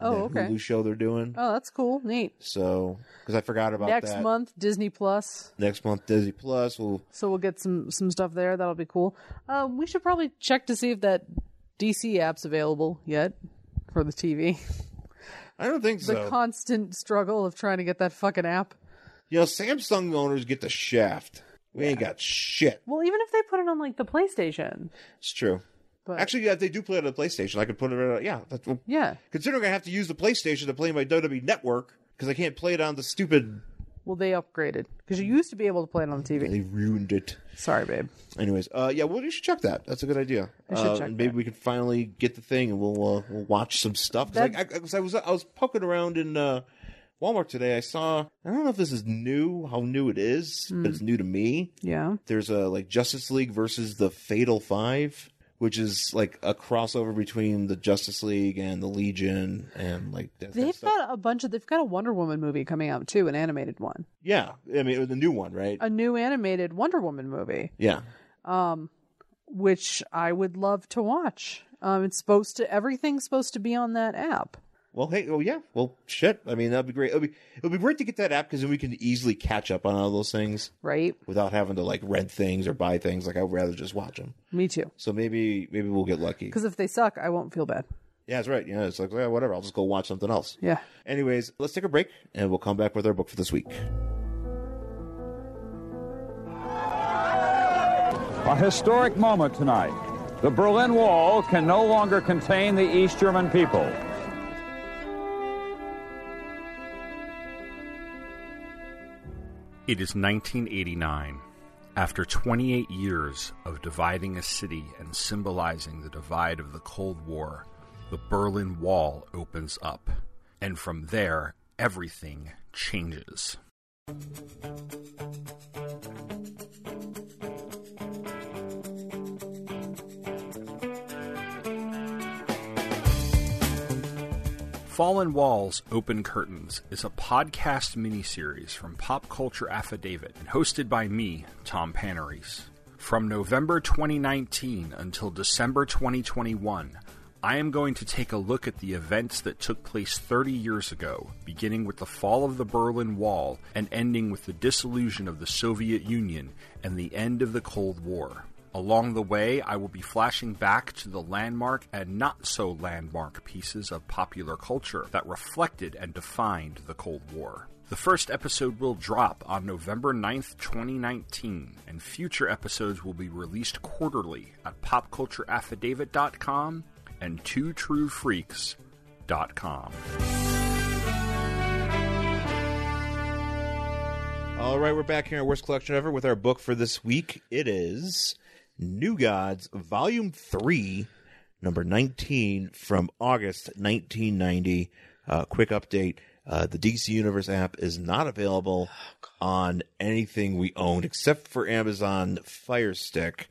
[SPEAKER 1] Oh,
[SPEAKER 2] the
[SPEAKER 1] okay.
[SPEAKER 2] Hulu show they're doing.
[SPEAKER 1] Oh, that's cool. Neat.
[SPEAKER 2] So, because I forgot about
[SPEAKER 1] Next
[SPEAKER 2] that.
[SPEAKER 1] month, Disney Plus.
[SPEAKER 2] Next month, Disney Plus. We'll
[SPEAKER 1] So we'll get some some stuff there. That'll be cool. Um, we should probably check to see if that DC app's available yet for the TV.
[SPEAKER 2] I don't think
[SPEAKER 1] the
[SPEAKER 2] so.
[SPEAKER 1] constant struggle of trying to get that fucking app.
[SPEAKER 2] you know, Samsung owners get the shaft. We ain't got shit.
[SPEAKER 1] Well, even if they put it on like the PlayStation,
[SPEAKER 2] It's true.
[SPEAKER 1] but
[SPEAKER 2] Actually, yeah, if they do play it on the PlayStation, I could put it right. Yeah, that's, well,
[SPEAKER 1] yeah.
[SPEAKER 2] considering I have to use the PlayStation to play my WWE Network because I can't play it on the stupid.
[SPEAKER 1] Well, they upgraded because you used to be able to play it on the TV.
[SPEAKER 2] They ruined it.
[SPEAKER 1] Sorry, babe.
[SPEAKER 2] Anyways, uh, yeah, well, you should check that. That's a good idea.
[SPEAKER 1] should
[SPEAKER 2] Uh,
[SPEAKER 1] check
[SPEAKER 2] and maybe
[SPEAKER 1] that.
[SPEAKER 2] we can finally get the thing and we'll uh, we'll watch some stuff. Cause I, I, 'cause I was I was poking around in uh, Walmart today. I saw I don't know if this is new, how new it is,
[SPEAKER 1] Hmm.
[SPEAKER 2] but it's new to me.
[SPEAKER 1] Yeah.
[SPEAKER 2] There's a like Justice League versus the Fatal Five, which is like a crossover between the Justice League and the Legion and like that, that
[SPEAKER 1] They've
[SPEAKER 2] stuff.
[SPEAKER 1] got a bunch of. They've got a Wonder Woman movie coming out too, an animated one,
[SPEAKER 2] yeah. I mean, it was the new one, right?
[SPEAKER 1] a new animated Wonder Woman movie,
[SPEAKER 2] yeah.
[SPEAKER 1] which I would love to watch. Um, it's supposed to. Everything's supposed to be on that app.
[SPEAKER 2] Well, hey, well, yeah, well, shit. I mean, that'd be great. It'd be, it'd be great to get that app because then we can easily catch up on all those things
[SPEAKER 1] Right.
[SPEAKER 2] without having to like rent things or buy things. Like, I'd rather just watch them.
[SPEAKER 1] Me too.
[SPEAKER 2] So maybe, maybe we'll get lucky.
[SPEAKER 1] Because if they suck, I won't feel bad.
[SPEAKER 2] Yeah, that's right. Yeah, it's like yeah, whatever. I'll just go watch something else.
[SPEAKER 1] Yeah.
[SPEAKER 2] Anyways, let's take a break and we'll come back with our book for this week.
[SPEAKER 3] A historic moment tonight. The Berlin Wall can no longer contain the East German people.
[SPEAKER 4] It is 1989. After 28 years of dividing a city and symbolizing the divide of the Cold War, the Berlin Wall opens up. And from there, everything changes. Fallen Walls Open Curtains is a podcast miniseries from Pop Culture Affidavit and hosted by me, Tom Paneris. From November 2019 until December 2021, I am going to take a look at the events that took place 30 years ago, beginning with the fall of the Berlin Wall and ending with the dissolution of the Soviet Union and the end of the Cold War. Along the way, I will be flashing back to the landmark and not so landmark pieces of popular culture that reflected and defined the Cold War. The first episode will drop on November 9th, 2019, and future episodes will be released quarterly at popcultureaffidavit.com and twotruefreaks.com.
[SPEAKER 2] All right, we're back here at Worst Collection Ever with our book for this week. It is New Gods, Volume 3, number 19 from August 1990. Uh, quick update uh, the DC Universe app is not available on anything we own except for Amazon Fire Stick,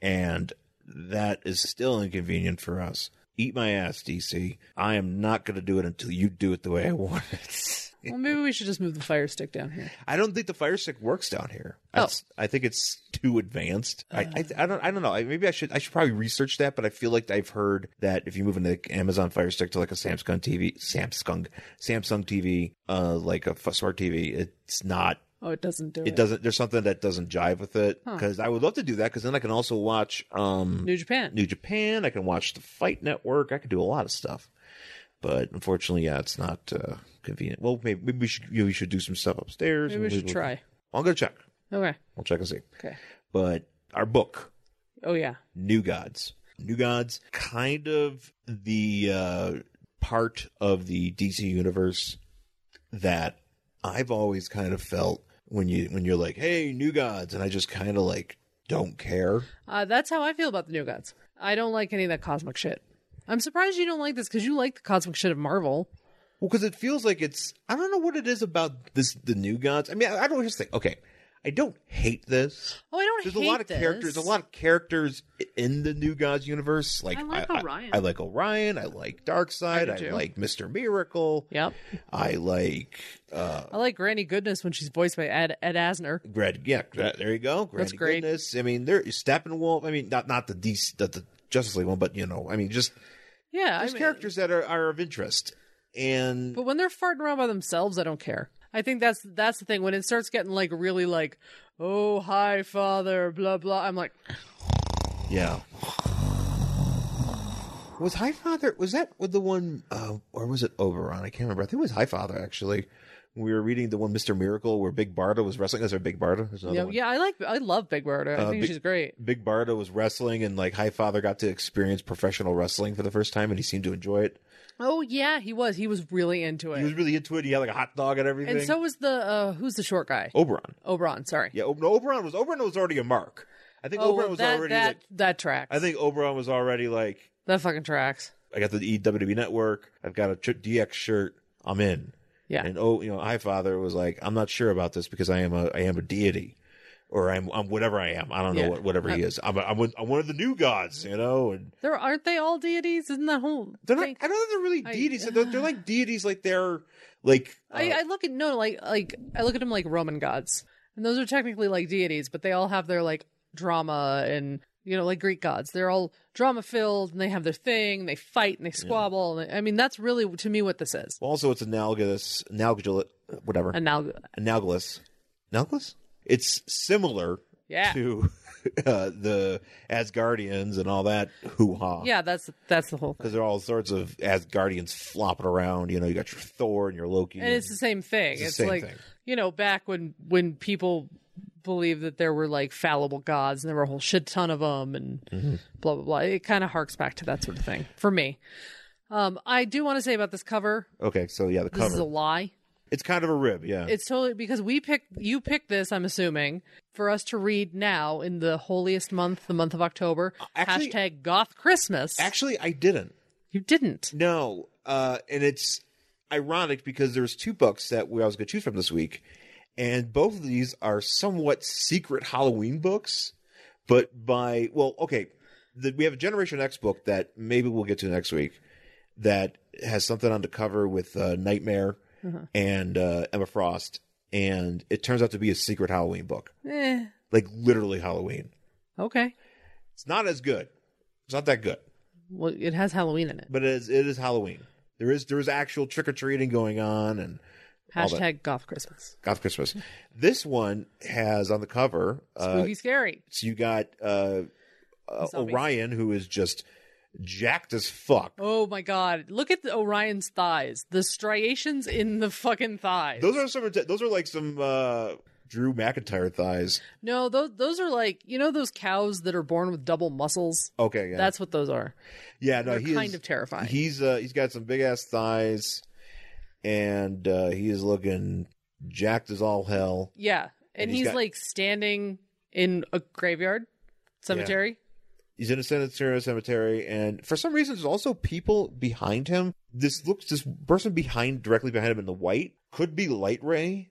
[SPEAKER 2] and that is still inconvenient for us. Eat my ass, DC. I am not going to do it until you do it the way I want it.
[SPEAKER 1] Well, maybe we should just move the fire stick down here.
[SPEAKER 2] I don't think the fire stick works down here.
[SPEAKER 1] Oh.
[SPEAKER 2] I, I think it's too advanced. I,
[SPEAKER 1] Uh.
[SPEAKER 2] I I don't I don't know. I, maybe I should I should probably research that. But I feel like I've heard that if you move an Amazon Fire Stick to like a Samsung TV, Samsung Samsung TV, uh, like a f- smart TV, it's not.
[SPEAKER 1] Oh, it doesn't do it.
[SPEAKER 2] It doesn't. There's something that doesn't jive with it. Because I would love to do that. Because then I can also watch um
[SPEAKER 1] New Japan.
[SPEAKER 2] New Japan. I can watch the Fight Network. I can do a lot of stuff. But unfortunately, yeah, it's not uh, convenient. Well, maybe, maybe we should maybe we should do some stuff upstairs.
[SPEAKER 1] maybe we
[SPEAKER 2] and
[SPEAKER 1] should
[SPEAKER 2] will-
[SPEAKER 1] try.
[SPEAKER 2] I'm gonna check.
[SPEAKER 1] Okay.
[SPEAKER 2] I'll check and see.
[SPEAKER 1] Okay.
[SPEAKER 2] But our book,
[SPEAKER 1] Oh yeah.
[SPEAKER 2] New Gods. New Gods, kind of the uh, part of the DC universe that I've always kind of felt when you when you're like, hey, New Gods, and I just kind of like don't care.
[SPEAKER 1] Uh, that's how I feel about the New Gods. I don't like any of that cosmic shit. I'm surprised you don't like this because you like the cosmic shit of Marvel.
[SPEAKER 2] Well, because it feels like it's I don't know what it is about this the new gods. I mean, I, I don't just think okay. I I don't hate this.
[SPEAKER 1] Oh, I don't
[SPEAKER 2] There's
[SPEAKER 1] hate
[SPEAKER 2] a lot of
[SPEAKER 1] this.
[SPEAKER 2] characters, a lot of characters i- in the New Gods universe. Like
[SPEAKER 5] I like Orion.
[SPEAKER 2] I, like Orion. I like Darkseid.
[SPEAKER 1] I
[SPEAKER 2] I,
[SPEAKER 1] do too.
[SPEAKER 2] like Mister Miracle.
[SPEAKER 1] Yep.
[SPEAKER 2] I like uh,
[SPEAKER 1] I like Granny Goodness when she's voiced by Ed Ed Asner.
[SPEAKER 2] Greg. Yeah, Gra- there you go. Granny
[SPEAKER 1] That's great.
[SPEAKER 2] Goodness. I mean, there Steppenwolf. I mean, not not the DC, the, the Justice League one, but you know, I mean, just
[SPEAKER 1] Yeah, I
[SPEAKER 2] there's
[SPEAKER 1] mean-
[SPEAKER 2] characters that are, are of interest. And
[SPEAKER 1] But when they're farting around by themselves, I don't care. I think that's that's the thing. When it starts getting like really like, oh hi father, blah blah. I'm like,
[SPEAKER 2] yeah. Was High Father was that with the one uh, or was it Oberon? I can't remember. I think it was High Father actually. When we were reading the one Mr. Miracle where Big Barda was wrestling. That's our Big Barda. There's another
[SPEAKER 1] yeah,
[SPEAKER 2] one. Uh,
[SPEAKER 1] yeah, I like I love Big Bird. I think
[SPEAKER 2] Big-
[SPEAKER 1] she's great.
[SPEAKER 2] Big Barda was wrestling and like High Father got to experience professional wrestling for the first time and he seemed to enjoy it.
[SPEAKER 1] Oh yeah, he was. He was really into it.
[SPEAKER 2] He was really into it. He had like a hot dog and everything.
[SPEAKER 1] and so was the uh who's the short guy?
[SPEAKER 2] Oberon.
[SPEAKER 1] Oberon, sorry.
[SPEAKER 2] Yeah, Ob- no, Oberon was Oberon was already a mark. I think
[SPEAKER 1] oh,
[SPEAKER 2] Oberon
[SPEAKER 1] well,
[SPEAKER 2] was
[SPEAKER 1] that
[SPEAKER 2] already
[SPEAKER 1] that
[SPEAKER 2] like
[SPEAKER 1] that tracks.
[SPEAKER 2] I think Oberon was already like
[SPEAKER 1] that fucking tracks.
[SPEAKER 2] I got the EWB network. I've got a Tri- DX shirt. I'm in.
[SPEAKER 1] Yeah.
[SPEAKER 2] And oh, you know, I father was like, I'm not sure about this because I am a I am a deity, or I'm I'm whatever I am. I don't know
[SPEAKER 1] Yeah. Uh,
[SPEAKER 2] what whatever he is. I'm a, I'm, one, I'm one of the new gods, you know. And
[SPEAKER 1] There aren't they all deities? Isn't that whole
[SPEAKER 2] they're not.
[SPEAKER 1] thing?
[SPEAKER 2] I don't think they're really
[SPEAKER 1] I-
[SPEAKER 2] deities. they're, they're like deities, like they're like.
[SPEAKER 1] I,
[SPEAKER 2] uh,
[SPEAKER 1] I look at no like like I look at them like Roman gods, and those are technically like deities, but they all have their like drama and you know like Greek gods. They're all drama filled and they have their thing. They fight and they squabble. And I mean that's really to me what this is.
[SPEAKER 2] also, it's analogous, analogous, whatever,
[SPEAKER 1] And now
[SPEAKER 2] analogous, analogous. It's similar
[SPEAKER 1] yeah
[SPEAKER 2] to uh, the Asgardians and all that hoo ha.
[SPEAKER 1] yeah that's that's the whole thing.
[SPEAKER 2] because there are all sorts of Asgardians flopping around. You know, you got your Thor and your Loki.
[SPEAKER 1] And it's the same thing. It's,
[SPEAKER 2] the same
[SPEAKER 1] like
[SPEAKER 2] thing.
[SPEAKER 1] you know back when when people believed that there were like fallible gods and there were a whole shit ton of them and
[SPEAKER 2] Mm-hmm.
[SPEAKER 1] blah blah blah. It kind of harks back to that sort of thing for me. Um, I do want to say about this cover
[SPEAKER 2] okay, so yeah, the
[SPEAKER 1] This is
[SPEAKER 2] cover.
[SPEAKER 1] a lie.
[SPEAKER 2] It's kind of a rib. Yeah,
[SPEAKER 1] It's totally because we picked you picked this, I'm assuming, for us to read now in the holiest month, the month of October.
[SPEAKER 2] Uh, Actually-
[SPEAKER 1] hashtag goth Christmas.
[SPEAKER 2] actually I didn't.
[SPEAKER 1] you didn't.
[SPEAKER 2] No, uh, and it's ironic because there's two books that we, I was going to choose from this week, and both of these are somewhat secret Halloween books. But by well, okay, the, we have a Generation X book that maybe we'll get to next week that has something on the cover with uh, Nightmare and uh, Emma Frost, and it turns out to be a secret Halloween book,
[SPEAKER 1] Eh,
[SPEAKER 2] like literally Halloween.
[SPEAKER 1] okay.
[SPEAKER 2] It's not as good. It's not that good
[SPEAKER 1] Well, it has Halloween in it.
[SPEAKER 2] but it is, it is Halloween. There is there is actual trick or treating going on and all that.
[SPEAKER 1] Hashtag goth Christmas.
[SPEAKER 2] God Christmas. This one has on the cover. Uh,
[SPEAKER 1] Spooky scary.
[SPEAKER 2] so you got uh, uh,
[SPEAKER 1] Zombies.
[SPEAKER 2] Orion who is just jacked as fuck.
[SPEAKER 1] Oh my god. Look at the Orion's thighs. The striations in the fucking thighs.
[SPEAKER 2] Those are some. Those are like some uh, Drew McIntyre thighs.
[SPEAKER 1] no, those those are like you know those cows that are born with double muscles?
[SPEAKER 2] Okay, yeah,
[SPEAKER 1] That's what those are.
[SPEAKER 2] yeah. No,
[SPEAKER 1] they're
[SPEAKER 2] he
[SPEAKER 1] kind
[SPEAKER 2] is,
[SPEAKER 1] of terrifying.
[SPEAKER 2] He's uh, he's got some big ass thighs, and uh, he is looking jacked as all hell.
[SPEAKER 1] Yeah. And,
[SPEAKER 2] And
[SPEAKER 1] he's,
[SPEAKER 2] he's got-
[SPEAKER 1] like standing in a graveyard cemetery.
[SPEAKER 2] He's in a cemetery, cemetery, and for some reason, there's also people behind him. This looks this person behind, directly behind him in the white, could be Light Ray,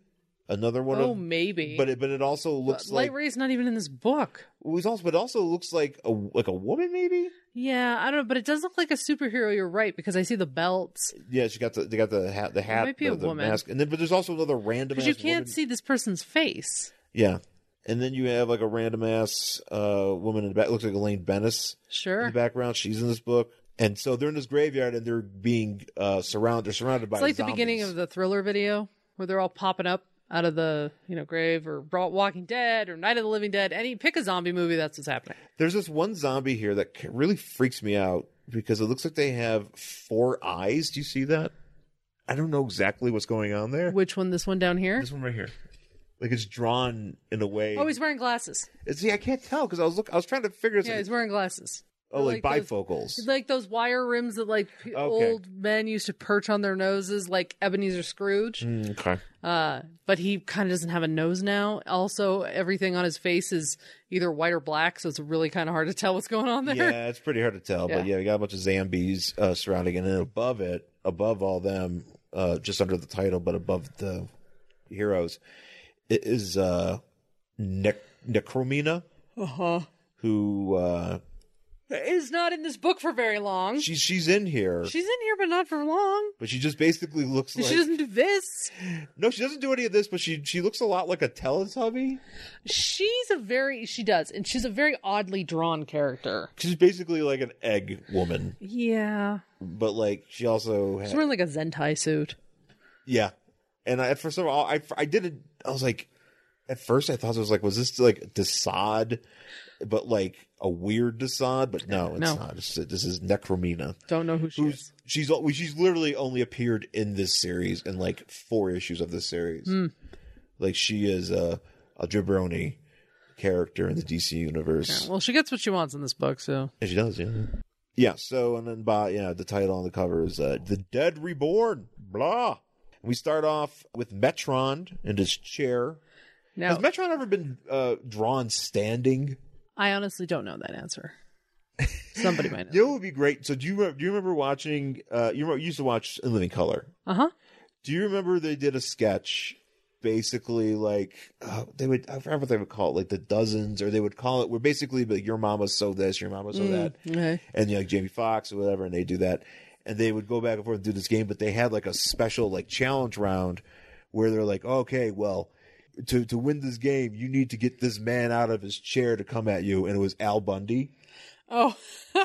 [SPEAKER 2] another one
[SPEAKER 1] oh,
[SPEAKER 2] of.
[SPEAKER 1] maybe.
[SPEAKER 2] But it, but it also
[SPEAKER 1] But
[SPEAKER 2] looks
[SPEAKER 1] Light
[SPEAKER 2] like
[SPEAKER 1] Ray's not even in this book.
[SPEAKER 2] it was also, but it also looks like a like a woman maybe.
[SPEAKER 1] Yeah, I don't know, but it does look like a superhero. You're right because I see the belts
[SPEAKER 2] Yeah, she got the they got the hat, the hat,
[SPEAKER 1] might be
[SPEAKER 2] the,
[SPEAKER 1] a
[SPEAKER 2] the
[SPEAKER 1] woman.
[SPEAKER 2] mask, and then but there's also another random.
[SPEAKER 1] because you
[SPEAKER 2] ass
[SPEAKER 1] can't
[SPEAKER 2] woman.
[SPEAKER 1] see this person's face.
[SPEAKER 2] Yeah, and then you have like a random ass uh, woman in the back. Looks like Elaine Bennis. in
[SPEAKER 1] Sure,
[SPEAKER 2] the background. She's in this book, and so they're in this graveyard, and they're being uh, surrounded. They're surrounded by.
[SPEAKER 1] it's like the beginning
[SPEAKER 2] zombies.
[SPEAKER 1] of the Thriller video where they're all popping up out of the you know grave or Bra- Walking Dead or Night of the Living Dead. Any pick a zombie movie, that's what's happening.
[SPEAKER 2] There's this one zombie here that ca- really freaks me out because it looks like they have four eyes. Do you see that? I don't know exactly what's going on there.
[SPEAKER 1] Which one? This one down here?
[SPEAKER 2] This one right here. Like it's drawn in a way.
[SPEAKER 1] Oh, he's wearing glasses.
[SPEAKER 2] See, I can't tell because I was look. I was trying to figure.
[SPEAKER 1] Yeah, he's
[SPEAKER 2] this
[SPEAKER 1] wearing glasses.
[SPEAKER 2] oh, like,
[SPEAKER 1] like those-
[SPEAKER 2] bifocals.
[SPEAKER 1] like those wire rims that like p-
[SPEAKER 2] Okay.
[SPEAKER 1] old men used to perch on their noses like ebenezer scrooge
[SPEAKER 2] Mm, okay.
[SPEAKER 1] uh, but he kind of doesn't have a nose now also everything on his face is either white or black so it's really kind of hard to tell what's going on there
[SPEAKER 2] Yeah, it's pretty hard to tell, but
[SPEAKER 1] Yeah.
[SPEAKER 2] yeah, we got a bunch of zombies uh, surrounding, it, and then above it, above all them, uh, just under the title, but above the heroes, i- is uh, ne- Necromina,
[SPEAKER 1] Uh-huh.
[SPEAKER 2] who uh,
[SPEAKER 1] Is not in this book for very long.
[SPEAKER 2] she's she's in here,
[SPEAKER 1] She's in here, but not for long.
[SPEAKER 2] but she just basically looks like
[SPEAKER 1] she doesn't do this.
[SPEAKER 2] no, she doesn't do any of this, but she she looks a lot like a Teletubby.
[SPEAKER 1] She's a very she does, and she's a very oddly drawn character.
[SPEAKER 2] She's basically like an egg woman,
[SPEAKER 1] Yeah,
[SPEAKER 2] but like she also has,
[SPEAKER 1] she's wearing like a zentai suit.
[SPEAKER 2] yeah. And I, for some, I I did it. I was like, at first I thought it was like, was this like Desaad, but like a weird Desaad? But no, it's
[SPEAKER 1] No.
[SPEAKER 2] not. It's, this is Necromina.
[SPEAKER 1] Don't know who she
[SPEAKER 2] who's
[SPEAKER 1] is.
[SPEAKER 2] she's al- she's literally only appeared in this series in like four issues of this series. Like she is a a jabroni character in the DC universe,
[SPEAKER 1] Well, she gets what she wants in this book, so
[SPEAKER 2] and she does, yeah. Yeah. So and then by yeah, the title on the cover is uh, "The Dead Reborn." Blah. And we start off with Metron and his chair.
[SPEAKER 1] no,
[SPEAKER 2] Has Metron ever been uh, drawn standing?
[SPEAKER 1] I honestly don't know that answer. Somebody might know.
[SPEAKER 2] You know, it would be great. So do you re- do you remember watching? Uh, you, remember, you used to watch In Living Color.
[SPEAKER 1] Uh huh.
[SPEAKER 2] Do you remember they did a sketch? Basically, like uh, they would, I forgot what they would call it, like the dozens, or they would call it. We're basically like your mama so this, your mama so that,
[SPEAKER 1] Okay.
[SPEAKER 2] and you know, like Jamie Foxx or whatever, and they do that, and they would go back and forth and do this game, but they had like a special like challenge round where they're like, okay, well, to to win this game, you need to get this man out of his chair to come at you, and it was Al Bundy,
[SPEAKER 1] Oh.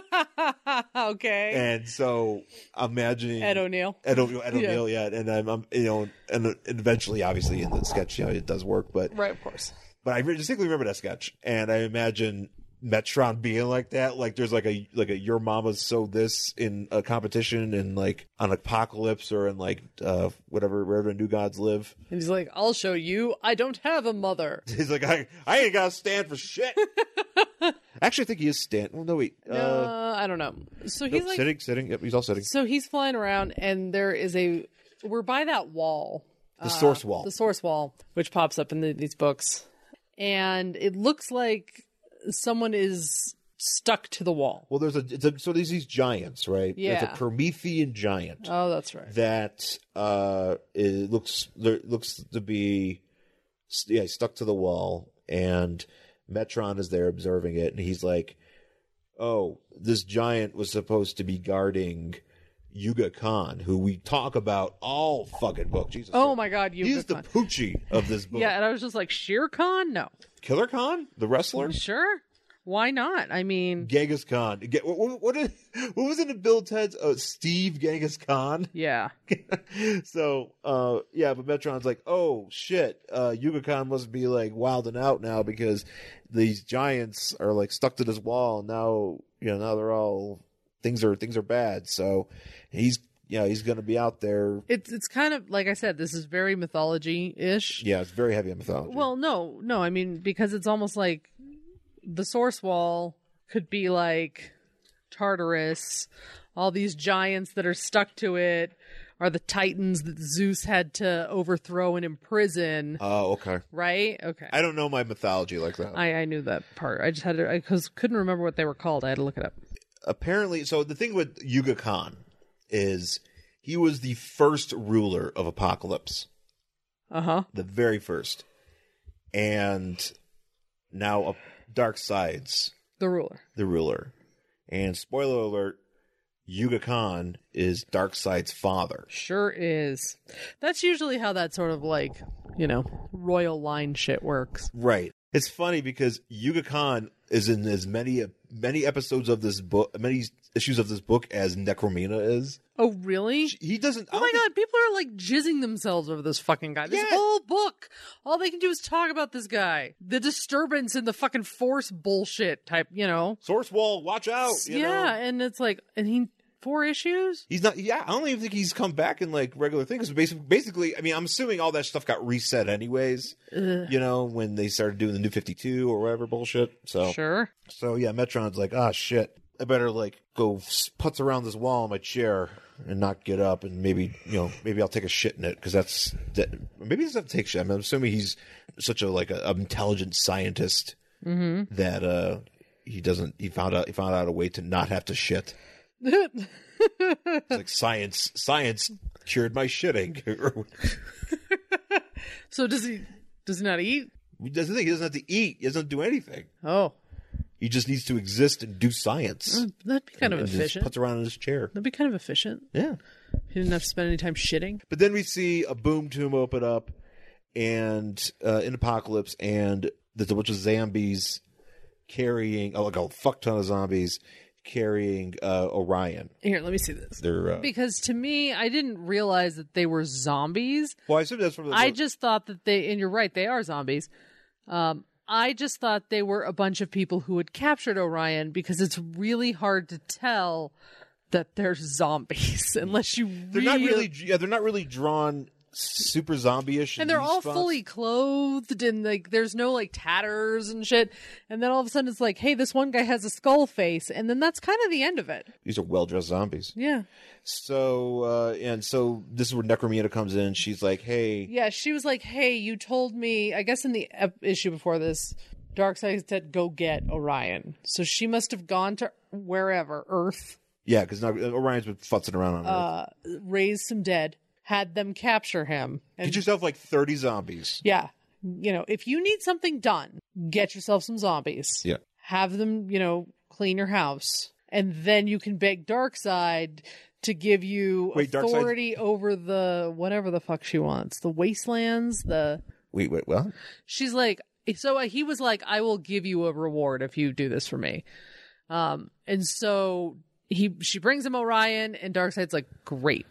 [SPEAKER 1] okay.
[SPEAKER 2] and so imagining
[SPEAKER 1] Ed O'Neill.
[SPEAKER 2] Ed, O'Neill, Ed O'Neill, yeah, and I'm, I'm, you know, and, and eventually, obviously, in the sketch, you know, it does work, but
[SPEAKER 1] Right, of course.
[SPEAKER 2] but I re- distinctly remember that sketch, and I imagine Metron being like that, like there's like a like a your mama's so this in a competition and like on Apocalypse or in like uh whatever wherever the New Gods live.
[SPEAKER 1] And he's like, "I'll show you. I don't have a mother."
[SPEAKER 2] He's like, I I ain't gotta stand for shit. Actually, I think he is stand. Well, no wait,
[SPEAKER 1] Uh,
[SPEAKER 2] uh,
[SPEAKER 1] I don't know. So
[SPEAKER 2] nope,
[SPEAKER 1] he's like,
[SPEAKER 2] sitting, sitting. Yep, he's all sitting.
[SPEAKER 1] so he's flying around, and there is a we're by that wall,
[SPEAKER 2] The source wall.
[SPEAKER 1] Uh, the source wall, which pops up in the, these books, and it looks like someone is stuck to the wall.
[SPEAKER 2] well, there's a, it's a so there's these giants, right? There's
[SPEAKER 1] Yeah.
[SPEAKER 2] a Promethean giant.
[SPEAKER 1] Oh, that's right.
[SPEAKER 2] that uh it looks there looks to be st- yeah stuck to the wall and metron is there observing it and he's like oh this giant was supposed to be guarding yuga khan who we talk about all fucking book jesus
[SPEAKER 1] Oh
[SPEAKER 2] Christ.
[SPEAKER 1] my God, you.
[SPEAKER 2] he's the poochie of this book
[SPEAKER 1] yeah, and I was just like, Shere Khan? No,
[SPEAKER 2] killer khan the wrestler
[SPEAKER 1] sure. Why not? I mean,
[SPEAKER 2] genghis khan Ge- what, what, what, is, what was in the bill ted's uh, steve genghis khan
[SPEAKER 1] yeah.
[SPEAKER 2] so uh yeah but metron's like oh shit uh yugacon must be like wilding out now because these giants are like stuck to this wall and now you know now they're all things are things are bad so he's you know he's gonna be out there
[SPEAKER 1] It's it's kind of like I said. This is very mythology ish.
[SPEAKER 2] yeah it's very heavy on mythology
[SPEAKER 1] Well, no, no. I mean, because it's almost like the source wall could be like Tartarus. All these giants that are stuck to it are the titans that Zeus had to overthrow and imprison.
[SPEAKER 2] oh okay
[SPEAKER 1] right? Okay.
[SPEAKER 2] i don't know my mythology like that
[SPEAKER 1] I, I knew that part. I just had to, I cause couldn't remember what they were called. I had to look it up.
[SPEAKER 2] apparently so the thing with Yuga Khan is he was the first ruler of apocalypse
[SPEAKER 1] Uh huh.
[SPEAKER 2] the very first and now uh, dark sides
[SPEAKER 1] The ruler.
[SPEAKER 2] the ruler and spoiler alert yuga khan is dark side's father
[SPEAKER 1] Sure is. That's usually how that sort of like, you know, royal line shit works.
[SPEAKER 2] right it's funny because yuga khan is in as many many episodes of this book many issues of this book as necromina is
[SPEAKER 1] Oh, really?
[SPEAKER 2] he doesn't I
[SPEAKER 1] Oh
[SPEAKER 2] don't
[SPEAKER 1] my
[SPEAKER 2] think-
[SPEAKER 1] god, people are like jizzing themselves over this fucking guy. This
[SPEAKER 2] Yeah.
[SPEAKER 1] whole book, all they can do is talk about this guy. The disturbance and the fucking force bullshit type, you know?
[SPEAKER 2] source wall watch out you
[SPEAKER 1] yeah,
[SPEAKER 2] know?
[SPEAKER 1] and it's like, and he, four issues?
[SPEAKER 2] He's not. Yeah, I don't even think he's come back in like regular things. Basically, basically, I mean, I'm assuming all that stuff got reset anyways. You know, when they started doing the new 52 or whatever bullshit. So,
[SPEAKER 1] Sure.
[SPEAKER 2] so yeah, Metron's like, ah, shit, I better like go s- putz around this wall on my chair and not get up, and maybe you know, maybe I'll take a shit in it because that's that, maybe he doesn't have to take shit. I mean, I'm assuming he's such a like a, an intelligent scientist
[SPEAKER 5] Mm-hmm.
[SPEAKER 2] that uh he doesn't. He found out he found out a way to not have to shit. It's like science science cured my shitting
[SPEAKER 1] so does he, does he not eat?
[SPEAKER 2] He doesn't think he doesn't have to eat. He doesn't do anything.
[SPEAKER 5] Oh,
[SPEAKER 2] He just needs to exist and do science.
[SPEAKER 5] that'd be Mm, kind of
[SPEAKER 2] and just
[SPEAKER 5] efficient.
[SPEAKER 2] puts around in his chair.
[SPEAKER 5] That'd be kind of efficient.
[SPEAKER 2] Yeah.
[SPEAKER 5] He didn't have to spend any time shitting.
[SPEAKER 2] But then we see a boom tomb open up, and uh, in apocalypse, and there's a bunch of zombies carrying oh, like a fuck ton of zombies carrying uh, Orion.
[SPEAKER 5] Here, let me see this.
[SPEAKER 2] They're uh,
[SPEAKER 1] Because to me, I didn't realize that they were zombies.
[SPEAKER 2] well, I assume that's from the
[SPEAKER 1] I just thought that they, and you're right, they are zombies. Um, I just thought they were a bunch of people who had captured Orion because it's really hard to tell that they're zombies unless you
[SPEAKER 2] they're not really yeah they're not really drawn super zombie-ish. in
[SPEAKER 1] and they're
[SPEAKER 2] these
[SPEAKER 1] all
[SPEAKER 2] spots.
[SPEAKER 1] fully clothed and like there's no like tatters and shit and then all of a sudden it's like hey this one guy has a skull face and then that's kind of the end of it
[SPEAKER 2] these are well-dressed zombies.
[SPEAKER 1] yeah
[SPEAKER 2] So uh, and so this is where Necromunda comes in. She's like, hey,
[SPEAKER 1] yeah she was like hey you told me i guess in the ep- issue before this darkseid said go get orion so she must have gone to wherever earth
[SPEAKER 2] yeah, because Orion's been futzing around on Earth.
[SPEAKER 1] Uh, raised some dead had them capture him and
[SPEAKER 2] Get yourself like thirty zombies.
[SPEAKER 1] yeah you know if you need something done get yourself some zombies
[SPEAKER 2] Yeah.
[SPEAKER 1] have them, you know, clean your house, and then you can beg Darkseid to give you
[SPEAKER 2] Wait, Darkseid-
[SPEAKER 1] authority over the whatever the fuck she wants, the wastelands. The
[SPEAKER 2] Wait, wait, what?
[SPEAKER 1] she's like, so uh, he was like, I will give you a reward if you do this for me. Um, and so he she brings him Orion, and Darkseid's like, great.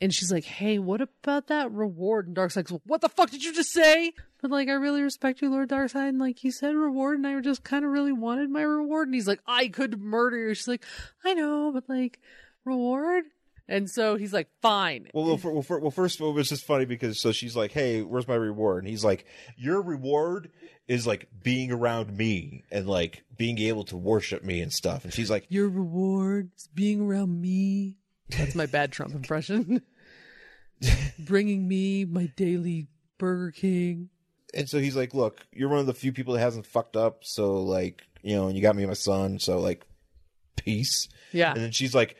[SPEAKER 1] And she's like, "Hey, what about that reward?" And Darkseid's like, "What the fuck did you just say?" But like, I really respect you, Lord Darkseid, and like you said reward, and I just kind of really wanted my reward. And he's like, "I could murder you." She's like, "I know, but like, reward." And so he's like, "Fine."
[SPEAKER 2] Well, well, for, well, for, well, first of all, it was just funny because so she's like, "Hey, where's my reward?" And he's like, "Your reward is like being around me and like being able to worship me and stuff." And she's like,
[SPEAKER 1] Your reward is being around me. That's my bad Trump impression. Bringing me my daily Burger King.
[SPEAKER 2] and so he's like, "Look, you're one of the few people that hasn't fucked up, so like, you know, and you got me my son, so like, peace." And
[SPEAKER 1] Yeah.
[SPEAKER 2] then she's like,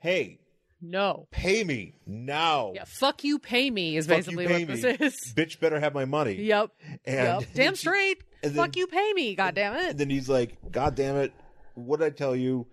[SPEAKER 2] "Hey,
[SPEAKER 1] No.
[SPEAKER 2] pay me now."
[SPEAKER 1] Yeah. Fuck you. Pay me is
[SPEAKER 2] Fuck you,
[SPEAKER 1] basically
[SPEAKER 2] pay
[SPEAKER 1] what
[SPEAKER 2] me.
[SPEAKER 1] this is.
[SPEAKER 2] Bitch, better have my money.
[SPEAKER 1] Yep.
[SPEAKER 2] And-
[SPEAKER 1] yep. Damn straight.
[SPEAKER 2] and
[SPEAKER 1] Fuck
[SPEAKER 2] then-
[SPEAKER 1] you, pay me. God damn
[SPEAKER 2] And
[SPEAKER 1] it.
[SPEAKER 2] then he's like, God damn it. What did I tell you?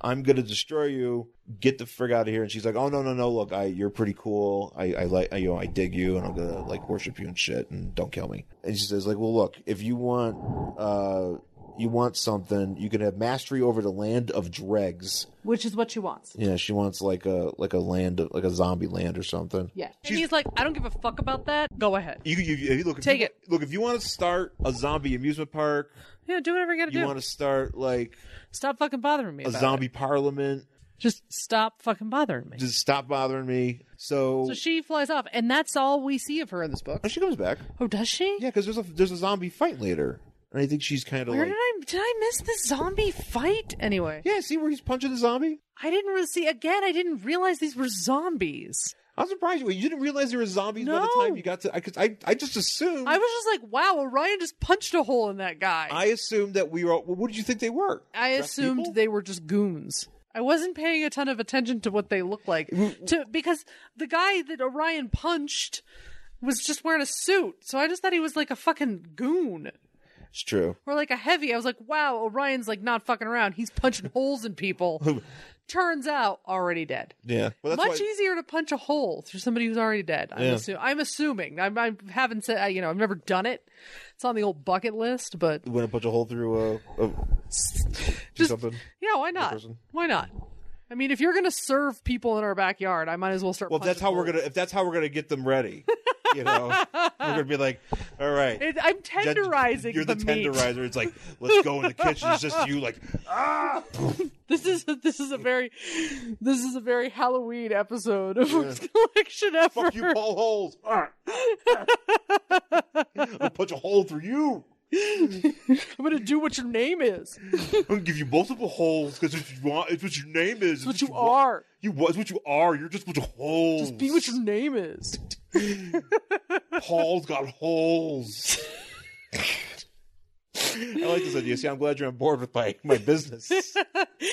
[SPEAKER 2] I'm going to destroy you. Get the frig out of here. And she's like, Oh, no, no, no. Look, I, you're pretty cool. I, I like, you know, I dig you and I'm going to like worship you and shit and don't kill me. And she says, like, well, look, if you want, uh, you want something, you can have mastery over the land of dregs.
[SPEAKER 1] Which is what she wants.
[SPEAKER 2] You know, she wants like a, like a land, of, like a zombie land or something.
[SPEAKER 1] Yeah. And he's like, I don't give a fuck about that. Go ahead.
[SPEAKER 2] You, you, you look, if
[SPEAKER 1] Take
[SPEAKER 2] you,
[SPEAKER 1] it.
[SPEAKER 2] Look, if you want to start a zombie amusement park,
[SPEAKER 1] Yeah, do whatever you gotta
[SPEAKER 2] you
[SPEAKER 1] do.
[SPEAKER 2] want to start like
[SPEAKER 1] Stop fucking bothering me.
[SPEAKER 2] a
[SPEAKER 1] about
[SPEAKER 2] zombie
[SPEAKER 1] it.
[SPEAKER 2] parliament,
[SPEAKER 1] Just stop fucking bothering me.
[SPEAKER 2] just stop bothering me. So,
[SPEAKER 1] So she flies off, and that's all we see of her in this book.
[SPEAKER 2] Oh, she comes back.
[SPEAKER 1] Oh, does she?
[SPEAKER 2] Yeah, because there's a there's a zombie fight later, and I think she's kind of
[SPEAKER 1] Where
[SPEAKER 2] like,
[SPEAKER 1] did I did I miss the zombie fight anyway?
[SPEAKER 2] yeah, see where he's punching the zombie.
[SPEAKER 1] I didn't really see again. I didn't realize these were zombies.
[SPEAKER 2] I'm surprised you, you didn't realize there were zombies by the
[SPEAKER 1] No.
[SPEAKER 2] time you got to. I, cause I I just assumed
[SPEAKER 1] I was just like, wow, Orion just punched a hole in that guy.
[SPEAKER 2] I assumed that we were. Well, what did you think they were?
[SPEAKER 1] I
[SPEAKER 2] Dressed
[SPEAKER 1] assumed
[SPEAKER 2] people?
[SPEAKER 1] they were just goons. I wasn't paying a ton of attention to what they looked like,
[SPEAKER 2] Mm.
[SPEAKER 1] to, because the guy that Orion punched was just wearing a suit, so I just thought he was like a fucking goon
[SPEAKER 2] It's true.
[SPEAKER 1] or like a heavy. I was like, wow, Orion's like not fucking around. He's punching holes in people. Turns out, already dead.
[SPEAKER 2] Yeah. Well, that's
[SPEAKER 1] Much
[SPEAKER 2] why,
[SPEAKER 1] easier to punch a hole through somebody who's already dead. I'm,
[SPEAKER 2] Yeah.
[SPEAKER 1] assu- I'm assuming. I'm, I haven't said. You know, I've never done it. It's on the old bucket list, but
[SPEAKER 2] When I punch a hole through a, a
[SPEAKER 1] Just-
[SPEAKER 2] something.
[SPEAKER 1] Yeah, why not?
[SPEAKER 2] person.
[SPEAKER 1] Why not? I mean, if you're gonna serve people in our backyard, I might as well start.
[SPEAKER 2] Well, if that's
[SPEAKER 1] punching
[SPEAKER 2] how we're
[SPEAKER 1] holes.
[SPEAKER 2] gonna. If that's how we're gonna get them ready, you know, we're gonna be like, all right.
[SPEAKER 1] It, I'm
[SPEAKER 2] That-
[SPEAKER 1] tenderizing
[SPEAKER 2] You're the,
[SPEAKER 1] the, meat.
[SPEAKER 2] tenderizer. It's like, let's go in the kitchen. It's just you, like,
[SPEAKER 1] This is this is a very this is a very Halloween episode of this collection effort.
[SPEAKER 2] fuck you, Paul Holes. Ah. I'll punch a hole through you.
[SPEAKER 1] I'm gonna do what your name is,
[SPEAKER 2] I'm gonna give you multiple holes because it's what you want. It's what your name is. It's
[SPEAKER 1] what you
[SPEAKER 2] wa-
[SPEAKER 1] are.
[SPEAKER 2] You wa- it's what you are. You're just a bunch of holes.
[SPEAKER 1] Just be what your name is.
[SPEAKER 2] Paul's got holes. I like this idea. See, I'm glad you're on board with my, my business.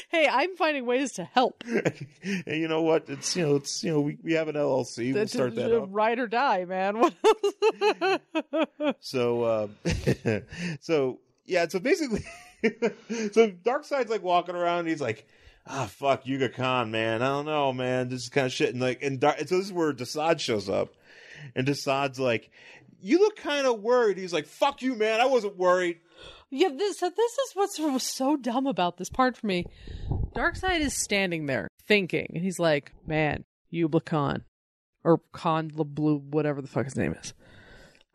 [SPEAKER 1] Hey, I'm finding ways to help.
[SPEAKER 2] And you know what? It's you know, it's you know, we, we have an LLC. We'll
[SPEAKER 1] That's
[SPEAKER 2] start that
[SPEAKER 1] a
[SPEAKER 2] up.
[SPEAKER 1] ride or die, man. What
[SPEAKER 2] So, uh, so yeah. So basically, so Darkseid's like walking around. And he's like, ah, fuck Yuga Khan, man. I don't know, man. This is kind of shit. And like, and, Dar- and so this is where Desaad shows up, and Desaad's like, you look kind of worried. He's like, fuck you, man. I wasn't worried.
[SPEAKER 1] Yeah, this so this is what's was so dumb about this part for me. Darkseid is standing there thinking, and he's like, "Man, Yubla Khan, or Khan LeBlue, whatever the fuck his name is.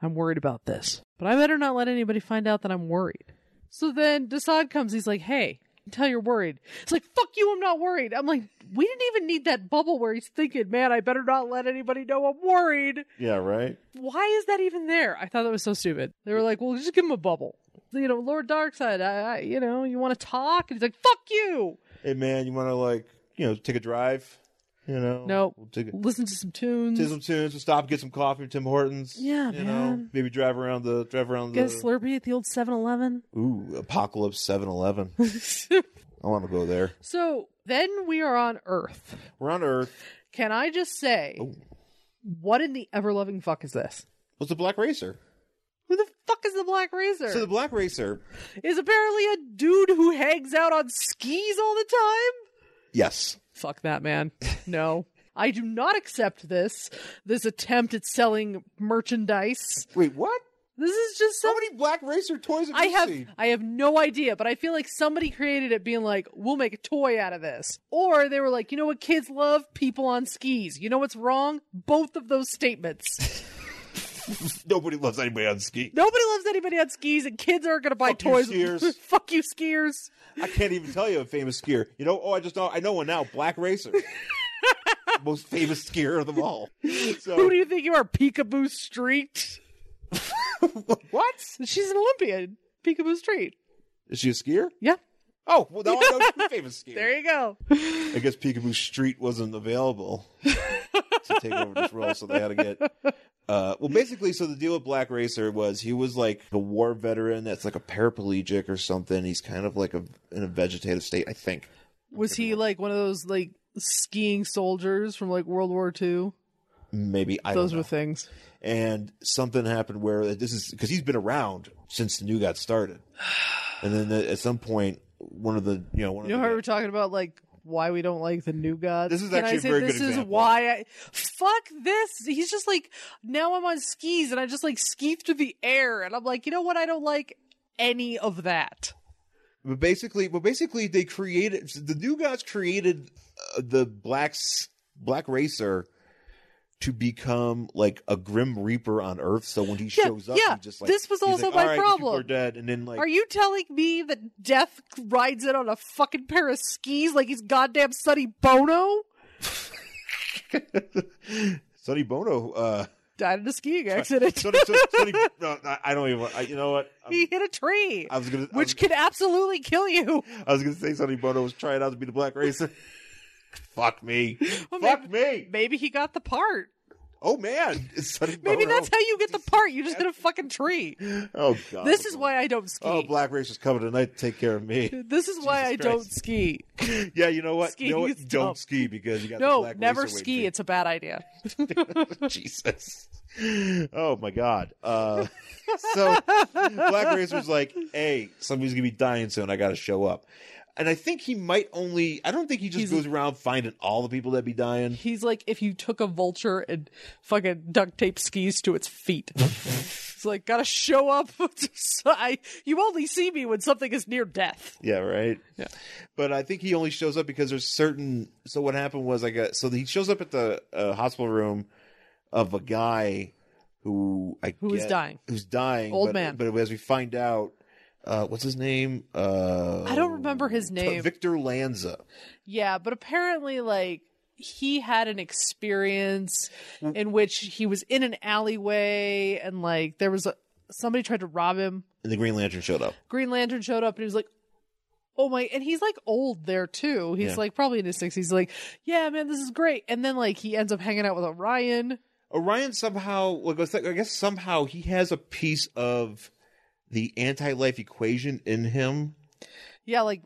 [SPEAKER 1] I'm worried about this, but I better not let anybody find out that I'm worried." So then Desaad comes. He's like, "Hey." you Tell you're worried. It's like fuck you. I'm not worried. I'm like we didn't even need that bubble where he's thinking, man, I better not let anybody know I'm worried
[SPEAKER 2] Yeah, right.
[SPEAKER 1] why is that even there? I thought that was so stupid. They were like, well, just give him a bubble. You know, Lord Darkseid, I, I, you know, you want to talk? And he's like, fuck you.
[SPEAKER 2] Hey, man, you want to like, you know, take a drive? You know,
[SPEAKER 1] No,
[SPEAKER 2] Oh, We'll take a-
[SPEAKER 1] listen to some tunes.
[SPEAKER 2] Tizzle tunes. We'll stop, get some coffee from Tim Hortons.
[SPEAKER 1] Yeah,
[SPEAKER 2] you know,
[SPEAKER 1] man.
[SPEAKER 2] maybe drive around the drive around
[SPEAKER 1] Get a
[SPEAKER 2] the
[SPEAKER 1] Slurpee at the old 7 Eleven.
[SPEAKER 2] ooh apocalypse Seven Eleven. I want to go there.
[SPEAKER 1] so then we are on Earth.
[SPEAKER 2] We're on Earth.
[SPEAKER 1] Can I just say,
[SPEAKER 2] Oh.
[SPEAKER 1] what in the ever loving fuck is this?
[SPEAKER 2] What's the Black Racer?
[SPEAKER 1] Who the fuck is the Black Razor?
[SPEAKER 2] So the Black Racer,
[SPEAKER 1] is apparently a dude who hangs out on skis all the time?
[SPEAKER 2] yes,
[SPEAKER 1] Fuck that, man. No. I do not accept this. This attempt at selling merchandise.
[SPEAKER 2] Wait, what?
[SPEAKER 1] This is just
[SPEAKER 2] How
[SPEAKER 1] so.
[SPEAKER 2] many Black Racer toys have
[SPEAKER 1] I
[SPEAKER 2] you
[SPEAKER 1] have
[SPEAKER 2] seen?
[SPEAKER 1] I have no idea, but I feel like somebody created it being like, we'll make a toy out of this. Or they were like, you know what kids love? People on skis. You know what's wrong? Both of those statements.
[SPEAKER 2] Nobody loves anybody on ski.
[SPEAKER 1] Nobody loves anybody on skis and kids aren't gonna buy
[SPEAKER 2] Fuck you,
[SPEAKER 1] toys.
[SPEAKER 2] skiers.
[SPEAKER 1] Fuck you, skiers.
[SPEAKER 2] I can't even tell you a famous skier. You know? Oh, I just know. I know one now. Black Racer, most famous skier of them all.
[SPEAKER 1] Who
[SPEAKER 2] So
[SPEAKER 1] do you think you are, Peekaboo Street?
[SPEAKER 2] what?
[SPEAKER 1] She's an Olympian. Peekaboo Street.
[SPEAKER 2] Is she a skier?
[SPEAKER 1] Yeah.
[SPEAKER 2] Oh, well, now I know she's a famous skier.
[SPEAKER 1] There you go.
[SPEAKER 2] I guess Peekaboo Street wasn't available to take over this role, so they had to get. Uh, well, basically, so the deal with Black Racer was he was like a war veteran that's like a paraplegic or something. He's kind of like a in a vegetative state, I think.
[SPEAKER 1] Was he like one of those like skiing soldiers from like World War II?
[SPEAKER 2] Maybe I
[SPEAKER 1] Those were
[SPEAKER 2] don't know.
[SPEAKER 1] things.
[SPEAKER 2] and something happened where this is because he's been around since the new got started, and then the, at some point, one of the you know one of
[SPEAKER 1] You know
[SPEAKER 2] the
[SPEAKER 1] how we were talking about like why we don't like the new god.
[SPEAKER 2] This is
[SPEAKER 1] Can I
[SPEAKER 2] actually a
[SPEAKER 1] say
[SPEAKER 2] very good
[SPEAKER 1] this is
[SPEAKER 2] example.
[SPEAKER 1] why I fuck this. He's just like now I'm on skis and I just like ski through the air and I'm like you know what I don't like any of that.
[SPEAKER 2] But basically, but basically, they created the new gods created uh, the blacks black racer to become like a grim reaper on Earth. So when he
[SPEAKER 1] Yeah,
[SPEAKER 2] shows up,
[SPEAKER 1] yeah.
[SPEAKER 2] he just like
[SPEAKER 1] This was
[SPEAKER 2] he's
[SPEAKER 1] also
[SPEAKER 2] like,
[SPEAKER 1] my
[SPEAKER 2] "All right, these people
[SPEAKER 1] problem.
[SPEAKER 2] Are dead, and then like
[SPEAKER 1] Are you telling me that Death rides it on a fucking pair of skis like he's goddamn Sonny Bono?
[SPEAKER 2] Sonny Bono. Uh,
[SPEAKER 1] Died in a skiing accident.
[SPEAKER 2] Sonny, Sonny, Sonny- no, I- I don't even. I, you know what? I'm-
[SPEAKER 1] he hit a tree,
[SPEAKER 2] I was gonna. I was,
[SPEAKER 1] which can absolutely kill you.
[SPEAKER 2] I was gonna say Sonny Bono was trying out to be the black racer. Fuck me.
[SPEAKER 1] Well,
[SPEAKER 2] Fuck me.
[SPEAKER 1] Maybe he got the part.
[SPEAKER 2] Oh man, it's Sonny
[SPEAKER 1] Maybe
[SPEAKER 2] Bono.
[SPEAKER 1] that's how you get the part. You just get a fucking tree.
[SPEAKER 2] Oh god.
[SPEAKER 1] This is why I don't ski.
[SPEAKER 2] Oh, black racer's coming tonight to take care of me.
[SPEAKER 1] this is why I
[SPEAKER 2] Jesus
[SPEAKER 1] don't
[SPEAKER 2] Christ.
[SPEAKER 1] ski.
[SPEAKER 2] Yeah, you know what?
[SPEAKER 1] Skiing
[SPEAKER 2] you know
[SPEAKER 1] is
[SPEAKER 2] what?
[SPEAKER 1] dumb.
[SPEAKER 2] Don't ski because you got the
[SPEAKER 1] No,
[SPEAKER 2] black
[SPEAKER 1] never
[SPEAKER 2] racer waiting
[SPEAKER 1] ski.
[SPEAKER 2] for you.
[SPEAKER 1] It's a bad idea.
[SPEAKER 2] Jesus. Oh my God. Uh, so Black Racer's like, hey, somebody's gonna be dying soon. I gotta show up. And I think he might only. I don't think he just
[SPEAKER 1] He's-
[SPEAKER 2] goes around finding all the people that be dying.
[SPEAKER 1] He's like if you took a vulture and fucking duct tape skis to its feet. It's like gotta show up. So I, you only see me when something is near death.
[SPEAKER 2] Yeah, right.
[SPEAKER 1] Yeah.
[SPEAKER 2] But I think he only shows up because there's certain. So what happened was, I got so he shows up at the uh, hospital room of a guy who I
[SPEAKER 1] Who is
[SPEAKER 2] get-
[SPEAKER 1] dying.
[SPEAKER 2] who's dying,
[SPEAKER 1] Old
[SPEAKER 2] but-
[SPEAKER 1] man.
[SPEAKER 2] But as we find out, uh, what's his name? Uh,
[SPEAKER 1] I don't remember his name.
[SPEAKER 2] Victor Lanza.
[SPEAKER 1] Yeah, but apparently, like, he had an experience in which he was in an alleyway and, like, there was a, somebody tried to rob him.
[SPEAKER 2] And the Green Lantern showed up.
[SPEAKER 1] Green Lantern showed up and he was like, Oh my, and he's like old there too. He's
[SPEAKER 2] Yeah.
[SPEAKER 1] like probably in his 60s. He's like, yeah, man, this is great. And then like he ends up hanging out with Orion.
[SPEAKER 2] Orion somehow, like, it's like- I guess somehow he has a piece of the anti life equation in him.
[SPEAKER 1] Yeah, like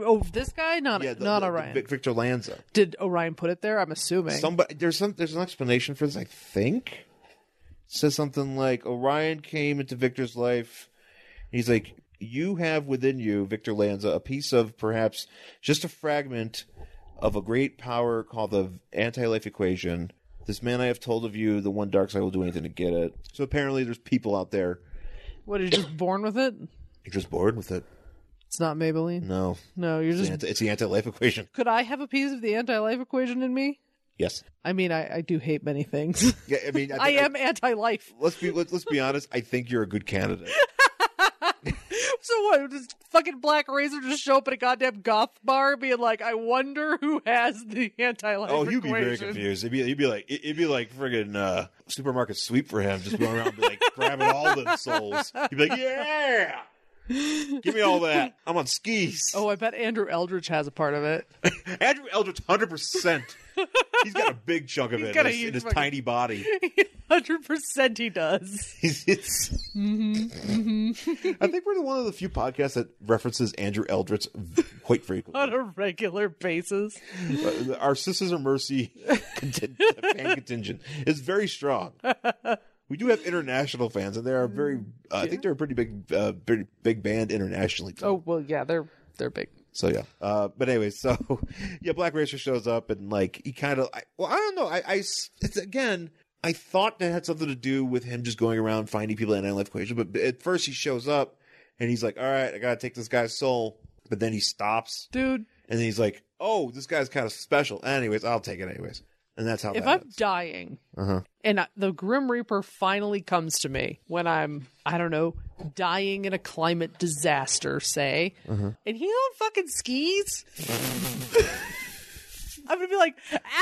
[SPEAKER 1] Oh, this guy, not
[SPEAKER 2] Yeah, the-
[SPEAKER 1] not
[SPEAKER 2] the- the
[SPEAKER 1] Orion.
[SPEAKER 2] Vic- Victor Lanza.
[SPEAKER 1] Did Orion put it there? I'm assuming.
[SPEAKER 2] Somebody there's some there's an explanation for this. I think it says something like Orion came into Victor's life. He's like, you have within you, Victor Lanza, a piece of perhaps just a fragment of a great power called the anti-life equation. This man I have told of you, the one dark side will do anything to get it. So apparently, there's people out there
[SPEAKER 1] what? You're just born with it.
[SPEAKER 2] you're just bored with it.
[SPEAKER 1] It's not Maybelline.
[SPEAKER 2] No,
[SPEAKER 1] No, you're
[SPEAKER 2] it's,
[SPEAKER 1] just.
[SPEAKER 2] anti- it's the anti-life equation.
[SPEAKER 1] Could I have a piece of the anti-life equation in me?
[SPEAKER 2] Yes.
[SPEAKER 1] I mean, I, I do hate many things.
[SPEAKER 2] Yeah, I mean,
[SPEAKER 1] I
[SPEAKER 2] think-
[SPEAKER 1] am anti-life.
[SPEAKER 2] let's be let's, let's be honest. I think you're a good candidate.
[SPEAKER 1] So what? Does fucking Black Razor just show up at a goddamn goth bar, being like, "I wonder who has the anti-life."
[SPEAKER 2] Oh, you'd be very
[SPEAKER 1] equation."
[SPEAKER 2] confused. It'd be, it'd be like it'd be like friggin' uh, supermarket sweep for him, just going around be like grabbing all them souls. He'd be like, "Yeah, give me all that. I'm on skis."
[SPEAKER 1] Oh, I bet Andrew Eldridge has a part of it.
[SPEAKER 2] Andrew Eldridge, hundred percent. He's got a big chunk of it in
[SPEAKER 1] got a
[SPEAKER 2] his, in
[SPEAKER 1] huge
[SPEAKER 2] his
[SPEAKER 1] fucking-
[SPEAKER 2] tiny body.
[SPEAKER 1] Hundred percent, he does.
[SPEAKER 2] It's- it's-
[SPEAKER 1] Mm-hmm.
[SPEAKER 2] I think we're the one of the few podcasts that references Andrew Eldritch quite frequently.
[SPEAKER 1] on a regular basis.
[SPEAKER 2] Uh, our sisters of mercy contingent, fan contingent is very strong. We do have international fans, and they are very. Uh, I think they're a pretty big, uh, pretty big band internationally. too.
[SPEAKER 1] Oh well, yeah, they're they're big.
[SPEAKER 2] So yeah. Uh, but anyway, so yeah, Black Racer shows up and like he kind of. I, well, I don't know. I, I s- it's again. I thought that had something to do with him just going around finding people in life equation. But at first, he shows up and he's like, "All right, I gotta take this guy's soul." But then he stops
[SPEAKER 1] Dude,
[SPEAKER 2] and then he's like, "Oh, this guy's kind of special." Anyways, I'll take it anyways. And that's how.
[SPEAKER 1] if
[SPEAKER 2] that
[SPEAKER 1] I'm
[SPEAKER 2] ends.
[SPEAKER 1] dying and I, the Grim Reaper finally comes to me when I'm, I don't know, dying in a climate disaster, say, and he on fucking skis, I'm going to be like,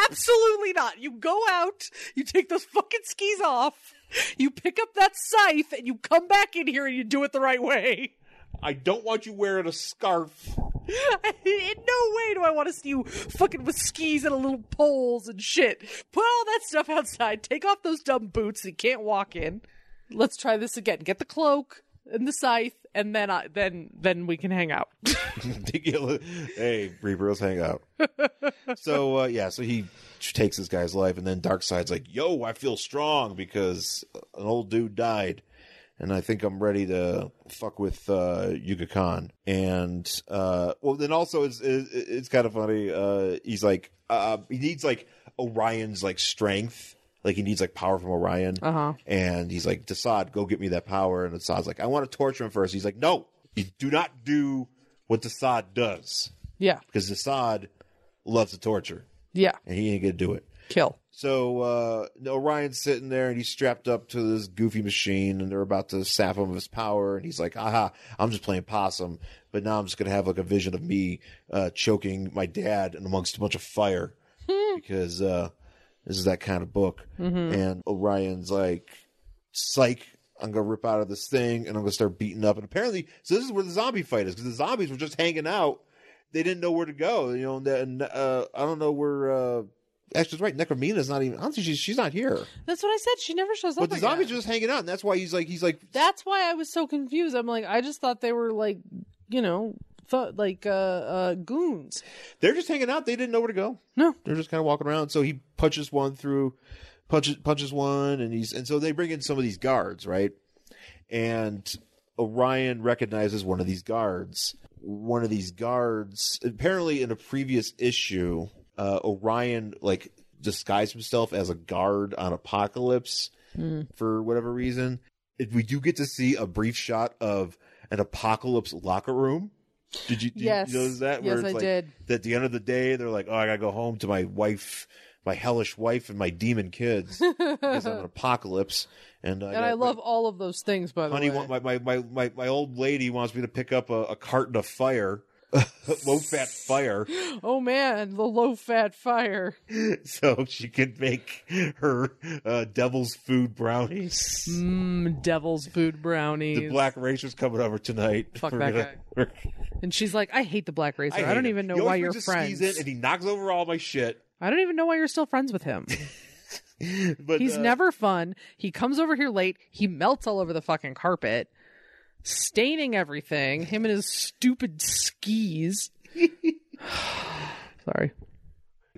[SPEAKER 1] absolutely not. You go out, you take those fucking skis off. You pick up that scythe and you come back in here and you do it the right way.
[SPEAKER 2] I don't want you wearing a scarf.
[SPEAKER 1] In no way do I want to see you fucking with skis and little poles and shit. Put all that stuff outside. Take off those dumb boots that you can't walk in. Let's try this again. Get the cloak and the scythe, and then I, then then we can hang out.
[SPEAKER 2] hey, Reaper, let's hang out. so uh, yeah, so he takes this guy's life, and then Darkseid's like, "Yo, I feel strong because an old dude died." And I think I'm ready to fuck with uh, Yuga Khan. And uh, well, then also it's it's, it's kind of funny. Uh, he's like uh, he needs like Orion's like strength, like he needs like power from Orion. Uh-huh. And he's like, Desaad, go get me that power. And Desaad's like, I want to torture him first. He's like, No, you do not do what Desaad does
[SPEAKER 1] yeah,
[SPEAKER 2] because Assad loves to torture
[SPEAKER 1] yeah,
[SPEAKER 2] and he ain't gonna do it.
[SPEAKER 1] kill.
[SPEAKER 2] So uh, Orion's sitting there and he's strapped up to this goofy machine and they're about to sap him of his power and he's like, "Aha! I'm just playing possum, but now I'm just gonna have like a vision of me uh, choking my dad and amongst a bunch of fire because uh, this is that kind of book." And Orion's like, "Psych." I'm gonna rip out of this thing and I'm gonna start beating up. And apparently, so this is where the zombie fight is because the zombies were just hanging out they didn't know where to go. You know, and, and uh, I don't know where. Uh, actually, it's right. Necromina's not even. Honestly, she's she's not here.
[SPEAKER 1] That's what I said. She never shows
[SPEAKER 2] But the zombies are just hanging out, and that's why he's like he's like
[SPEAKER 1] That's why I was so confused. I'm like, I just thought they were like, you know, th- like uh, uh, goons.
[SPEAKER 2] they're just hanging out. They didn't know where to go.
[SPEAKER 1] No.
[SPEAKER 2] they're just kind of walking around. So he punches one through, punches punches one, and he's and so they bring in some of these guards, right? And Orion recognizes one of these guards. One of these guards, apparently in a previous issue, uh, Orion like disguised himself as a guard on Apocalypse
[SPEAKER 1] Hmm.
[SPEAKER 2] for whatever reason. If we do get to see a brief shot of an Apocalypse locker room. Did you, did you
[SPEAKER 1] Yes.
[SPEAKER 2] notice that?
[SPEAKER 1] Yes, I
[SPEAKER 2] like,
[SPEAKER 1] did.
[SPEAKER 2] At the end of the day, they're like, "Oh, I gotta go home to my wife, my hellish wife, and my demon kids because I'm an apocalypse." And, uh,
[SPEAKER 1] And I love all of those things. By the
[SPEAKER 2] honey.
[SPEAKER 1] way,
[SPEAKER 2] wa- My, my my my my old lady wants me to pick up a, a carton of fire, low fat fire,
[SPEAKER 1] oh man, the low fat fire.
[SPEAKER 2] so she could make her uh, devil's food brownies.
[SPEAKER 1] Mm, devil's food brownies.
[SPEAKER 2] The black racer's coming over tonight.
[SPEAKER 1] Fuck
[SPEAKER 2] We're
[SPEAKER 1] that
[SPEAKER 2] gonna-
[SPEAKER 1] guy.
[SPEAKER 2] we're-
[SPEAKER 1] and she's like, I hate the black racer. I,
[SPEAKER 2] hate
[SPEAKER 1] don't
[SPEAKER 2] him.
[SPEAKER 1] even know
[SPEAKER 2] He always
[SPEAKER 1] why you're
[SPEAKER 2] brings his skis
[SPEAKER 1] friends.
[SPEAKER 2] in and he knocks over all my shit.
[SPEAKER 1] I don't even know why you're still friends with him.
[SPEAKER 2] But
[SPEAKER 1] He's
[SPEAKER 2] uh,
[SPEAKER 1] never fun. He comes over here late. He melts all over the fucking carpet, staining everything. Him and his stupid skis. Sorry.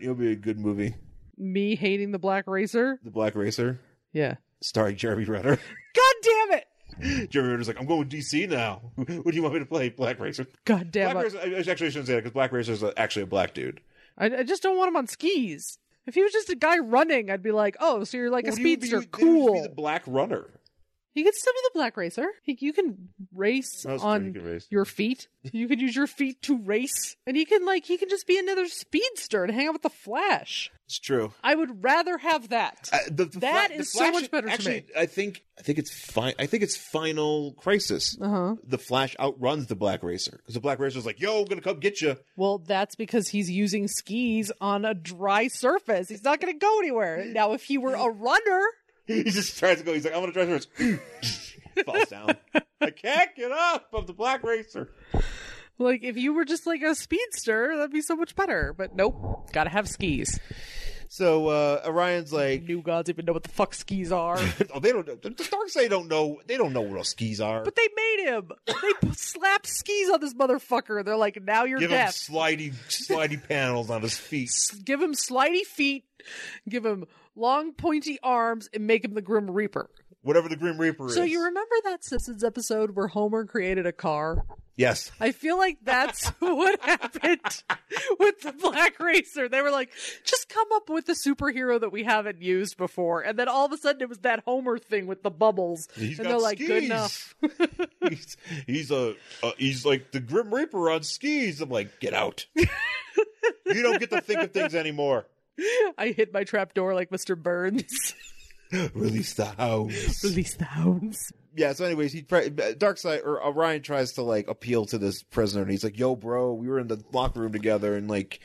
[SPEAKER 2] It'll be a good movie.
[SPEAKER 1] Me hating the black racer.
[SPEAKER 2] The Black Racer,
[SPEAKER 1] Yeah.
[SPEAKER 2] starring Jeremy Renner.
[SPEAKER 1] God damn it.
[SPEAKER 2] Jeremy Renner's like, I'm going DC now. what do you want me to play? Black Racer.
[SPEAKER 1] God damn
[SPEAKER 2] Black
[SPEAKER 1] it.
[SPEAKER 2] Racer. I I actually shouldn't say that because Black Racer is actually a black dude.
[SPEAKER 1] I, I just don't want him on skis. If he was just a guy running, I'd be like, oh, so you're like a
[SPEAKER 2] Well, he would be-
[SPEAKER 1] speedster.
[SPEAKER 2] he would
[SPEAKER 1] cool.
[SPEAKER 2] Be the black runner.
[SPEAKER 1] He could still be the black racer. He, you can race
[SPEAKER 2] That's true,
[SPEAKER 1] on
[SPEAKER 2] he can race.
[SPEAKER 1] your feet. You can use your feet to race, and he can like he can just be another speedster and hang out with the Flash.
[SPEAKER 2] It's true.
[SPEAKER 1] I would rather have that.
[SPEAKER 2] Uh, the, the
[SPEAKER 1] That
[SPEAKER 2] Fla-
[SPEAKER 1] is so
[SPEAKER 2] the Flash-
[SPEAKER 1] much better to
[SPEAKER 2] actually,
[SPEAKER 1] me.
[SPEAKER 2] I think I think it's fine. I think it's Final Crisis.
[SPEAKER 1] Uh-huh.
[SPEAKER 2] The Flash outruns the Black Racer because the Black Racer's like, "Yo, I'm gonna come get you."
[SPEAKER 1] Well, that's because he's using skis on a dry surface. He's not going to go anywhere. Now, if he were a runner,
[SPEAKER 2] He just tries to go. He's like, "I'm gonna try first. Falls down. I can't get up. I'm the Black Racer.
[SPEAKER 1] like if you were just like a speedster, that'd be so much better. But nope, got to have skis.
[SPEAKER 2] So uh, Orion's like,
[SPEAKER 1] New gods even know what the fuck skis are.
[SPEAKER 2] "Oh, they don't. The Darkseid don't know. They don't know what those skis are.
[SPEAKER 1] But they made him. They p- slapped skis on this motherfucker. They're like, now you're
[SPEAKER 2] Give him
[SPEAKER 1] deaf.
[SPEAKER 2] slidey, slidey panels on his feet.
[SPEAKER 1] give him slidey feet. Give him long pointy arms and make him the Grim Reaper.
[SPEAKER 2] Whatever the Grim Reaper
[SPEAKER 1] So
[SPEAKER 2] is.
[SPEAKER 1] you remember that Simpsons episode where Homer created a car?
[SPEAKER 2] yes.
[SPEAKER 1] I feel like that's what happened with the Black Racer. They were like, just come up with a superhero that we haven't used before. And then all of a sudden it was that Homer thing with the bubbles.
[SPEAKER 2] He's
[SPEAKER 1] and
[SPEAKER 2] got
[SPEAKER 1] they're like,
[SPEAKER 2] skis.
[SPEAKER 1] good enough.
[SPEAKER 2] he's, he's a, a he's like the Grim Reaper on skis. I'm like, get out. you don't get to think of things anymore.
[SPEAKER 1] I hit my trap door like Mr. Burns.
[SPEAKER 2] Release the hounds.
[SPEAKER 1] Release the hounds.
[SPEAKER 2] Yeah. So, anyways, he Dark Side or Orion tries to like appeal to this prisoner, and he's like, "Yo, bro, we were in the locker room together, and like."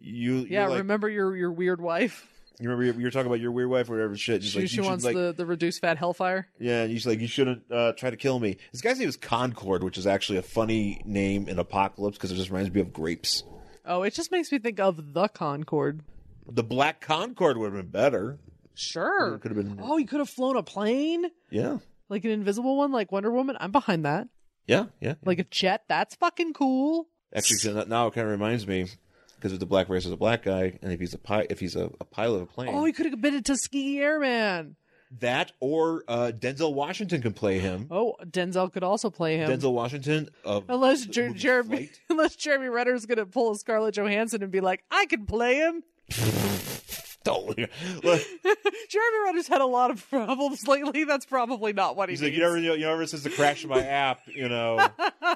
[SPEAKER 2] You
[SPEAKER 1] Yeah,
[SPEAKER 2] you're like,
[SPEAKER 1] remember your your weird wife?
[SPEAKER 2] you remember you, you were talking about your weird wife or whatever shit. She's
[SPEAKER 1] She,
[SPEAKER 2] like,
[SPEAKER 1] she
[SPEAKER 2] you should,
[SPEAKER 1] wants
[SPEAKER 2] like,
[SPEAKER 1] the, the reduced fat hellfire.
[SPEAKER 2] Yeah, and he's like, you shouldn't uh, try to kill me. This guy's name is Concord, which is actually a funny name in Apocalypse because it just reminds me of grapes.
[SPEAKER 1] Oh, it just makes me think of the Concorde.
[SPEAKER 2] The Black Concord would have been better.
[SPEAKER 1] Sure.
[SPEAKER 2] Could have been,
[SPEAKER 1] Oh, you could have flown a plane?
[SPEAKER 2] yeah,
[SPEAKER 1] Like an invisible one, like Wonder Woman? I'm behind that.
[SPEAKER 2] yeah, yeah.
[SPEAKER 1] Like a jet? That's fucking cool.
[SPEAKER 2] Actually, 'cause now it kind of reminds me because if the Black Racer's a black guy, and if he's a pi- if he's a, a pilot of a plane,
[SPEAKER 1] Oh, he could have been a Tuskegee Airman.
[SPEAKER 2] that or uh, Denzel Washington can play him.
[SPEAKER 1] Oh, Denzel could also play him.
[SPEAKER 2] Denzel Washington uh, of
[SPEAKER 1] Unless
[SPEAKER 2] the
[SPEAKER 1] Jer-
[SPEAKER 2] movie
[SPEAKER 1] Jeremy,
[SPEAKER 2] Flight.
[SPEAKER 1] unless Jeremy Renner's gonna pull a Scarlett Johansson and be like, "I can play him."
[SPEAKER 2] Don't.
[SPEAKER 1] Jeremy Renner's had a lot of problems lately. That's probably not what he
[SPEAKER 2] He's like, you
[SPEAKER 1] needs.
[SPEAKER 2] never, you know, ever since the crash of my app, you know. Uh,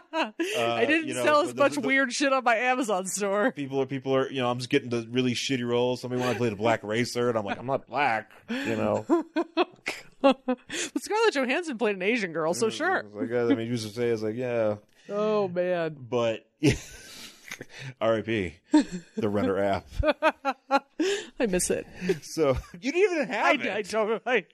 [SPEAKER 1] I didn't
[SPEAKER 2] you know,
[SPEAKER 1] sell as
[SPEAKER 2] the-
[SPEAKER 1] much
[SPEAKER 2] the-
[SPEAKER 1] weird shit on my Amazon store.
[SPEAKER 2] people are people are you know i'm just getting the really shitty roles somebody wanted to play the black racer and i'm like i'm not black you know
[SPEAKER 1] but Scarlett Johansson played an Asian girl, so sure.
[SPEAKER 2] It's like, i mean you used to say it's like yeah
[SPEAKER 1] Oh man.
[SPEAKER 2] but rip the renner app
[SPEAKER 1] I miss it.
[SPEAKER 2] so you didn't even
[SPEAKER 1] I,
[SPEAKER 2] have it
[SPEAKER 1] I don't I,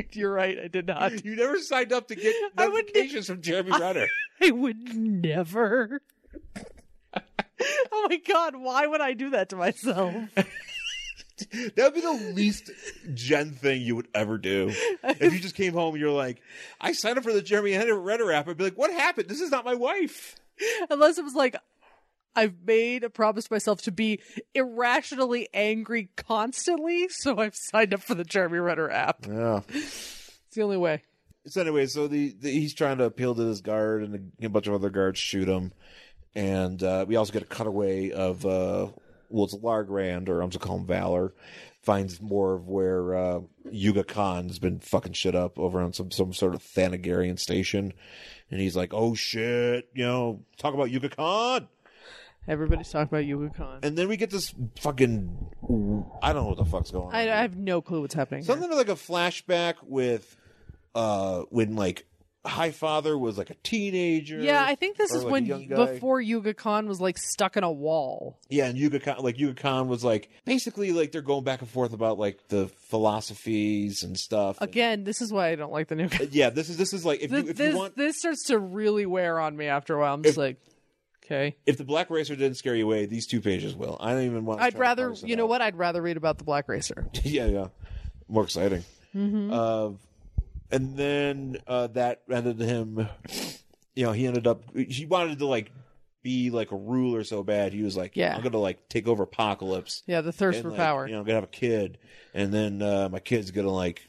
[SPEAKER 1] You're right, I did not.
[SPEAKER 2] you never signed up to get
[SPEAKER 1] I wouldn't-
[SPEAKER 2] notifications from jeremy renner
[SPEAKER 1] I would never. oh my god, why would I do that to myself?
[SPEAKER 2] that would be the least gen thing you would ever do if you just came home and you're like i signed up for the jeremy renner app i'd be like what happened this is not my wife
[SPEAKER 1] Unless it was like I've made a promise to myself to be irrationally angry constantly, so I've signed up for the Jeremy Renner app.
[SPEAKER 2] yeah
[SPEAKER 1] It's the only way.
[SPEAKER 2] so anyway, so the, the he's trying to appeal to this guard, and a, bunch of other guards shoot him. And uh, we also get a cutaway of uh, well, it's Largrand, or I'm just call him Valor, finds more of where uh, Yuga Khan has been fucking shit up over on some some sort of Thanagarian station, and he's like, "Oh shit, you know, talk about Yuga Khan."
[SPEAKER 1] Everybody's talking about Yuga Khan.
[SPEAKER 2] And then we get this fucking I don't know what the fuck's going on.
[SPEAKER 1] I, I have no clue what's happening. here.
[SPEAKER 2] Something like a flashback with uh when like High Father was like a teenager.
[SPEAKER 1] Yeah, I think this
[SPEAKER 2] or,
[SPEAKER 1] is
[SPEAKER 2] like, a
[SPEAKER 1] when
[SPEAKER 2] young guy.
[SPEAKER 1] before Yuga Khan was like stuck in a wall.
[SPEAKER 2] Yeah, and Yuga Khan like Yuga Khan was like basically like they're going back and forth about like the philosophies and stuff. And-
[SPEAKER 1] Again, this is why I don't like the new guy.
[SPEAKER 2] yeah, this is this is like if you
[SPEAKER 1] This,
[SPEAKER 2] if
[SPEAKER 1] this,
[SPEAKER 2] you want
[SPEAKER 1] this starts to really wear on me after a while. I'm just like, okay.
[SPEAKER 2] if the Black Racer didn't scare you away, these two pages will. I don't even want. to
[SPEAKER 1] I'd
[SPEAKER 2] try to
[SPEAKER 1] rather,
[SPEAKER 2] parse it
[SPEAKER 1] you know
[SPEAKER 2] out.
[SPEAKER 1] what? I'd rather read about the Black Racer.
[SPEAKER 2] yeah, yeah, more exciting.
[SPEAKER 1] Mm-hmm.
[SPEAKER 2] Uh, and then uh, that ended him. You know, he ended up. He wanted to like be like a ruler so bad. He was like,
[SPEAKER 1] Yeah.
[SPEAKER 2] I'm gonna like take over apocalypse.
[SPEAKER 1] Yeah, the thirst
[SPEAKER 2] and,
[SPEAKER 1] for
[SPEAKER 2] like,
[SPEAKER 1] power.
[SPEAKER 2] You know, I'm gonna have a kid, and then uh, my kid's gonna like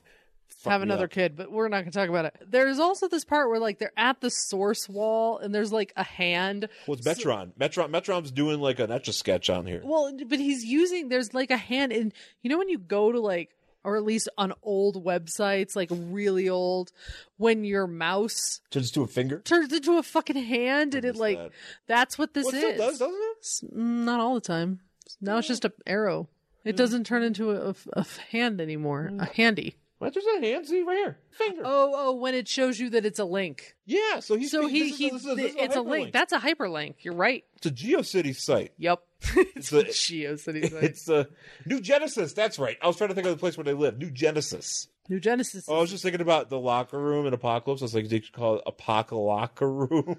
[SPEAKER 2] fuck
[SPEAKER 1] have
[SPEAKER 2] me
[SPEAKER 1] another
[SPEAKER 2] up.
[SPEAKER 1] kid, but we're not going to talk about it. There's also this part where like they're at the source wall and there's like a hand.
[SPEAKER 2] Well, it's Metron. Metron. Metron's doing like an etch a sketch on here.
[SPEAKER 1] Well, but he's using there's like a hand and you know when you go to like or at least on old websites, like really old, when your mouse
[SPEAKER 2] Turns to a finger.
[SPEAKER 1] turns into a fucking hand and it
[SPEAKER 2] missed
[SPEAKER 1] like
[SPEAKER 2] that.
[SPEAKER 1] that's what this
[SPEAKER 2] Well, it
[SPEAKER 1] is.
[SPEAKER 2] still does, doesn't it?
[SPEAKER 1] Mm, Not all the time. Now it's just a arrow.
[SPEAKER 2] Mm.
[SPEAKER 1] It doesn't turn into a, a hand anymore. A handy.
[SPEAKER 2] What's just a hand? See right here, finger.
[SPEAKER 1] Oh, oh, when it shows you that it's a link.
[SPEAKER 2] yeah. So he's
[SPEAKER 1] So he,
[SPEAKER 2] this is-
[SPEAKER 1] he
[SPEAKER 2] this is- this is
[SPEAKER 1] it's a link.
[SPEAKER 2] hyperlink.
[SPEAKER 1] That's a hyperlink. You're right.
[SPEAKER 2] it's a GeoCity site.
[SPEAKER 1] Yep. it's
[SPEAKER 2] a-
[SPEAKER 1] a GeoCities. Right?
[SPEAKER 2] It's uh, a New Genesis. That's right. I was trying to think of the place where they live. New Genesis.
[SPEAKER 1] New Genesis.
[SPEAKER 2] Oh, I was just thinking about the locker room in Apocalypse. I was like, they should call it Apocalocker Room.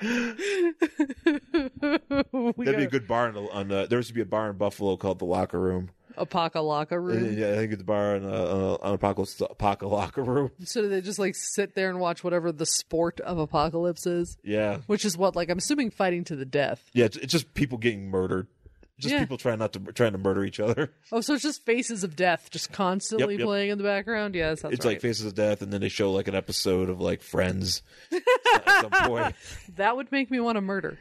[SPEAKER 1] we
[SPEAKER 2] That'd
[SPEAKER 1] got
[SPEAKER 2] be a good bar. In the, on the, there used to be a bar in Buffalo called the Locker Room.
[SPEAKER 1] Apocalocker room.
[SPEAKER 2] Yeah, I think it's a bar in, uh, uh, on Apocalypse, the Apocalocker Room.
[SPEAKER 1] So do they just like sit there and watch whatever the sport of apocalypse is,
[SPEAKER 2] Yeah,
[SPEAKER 1] which is what like I'm assuming fighting to the death.
[SPEAKER 2] yeah. It's, it's just people getting murdered. Just
[SPEAKER 1] Yeah.
[SPEAKER 2] people trying not to trying to murder each other.
[SPEAKER 1] Oh, so it's just faces of death just constantly
[SPEAKER 2] Yep, yep.
[SPEAKER 1] playing in the background. Yeah, that sounds
[SPEAKER 2] It's
[SPEAKER 1] right.
[SPEAKER 2] like Faces of Death, and then they show like an episode of like Friends at some point.
[SPEAKER 1] that would make me want to murder.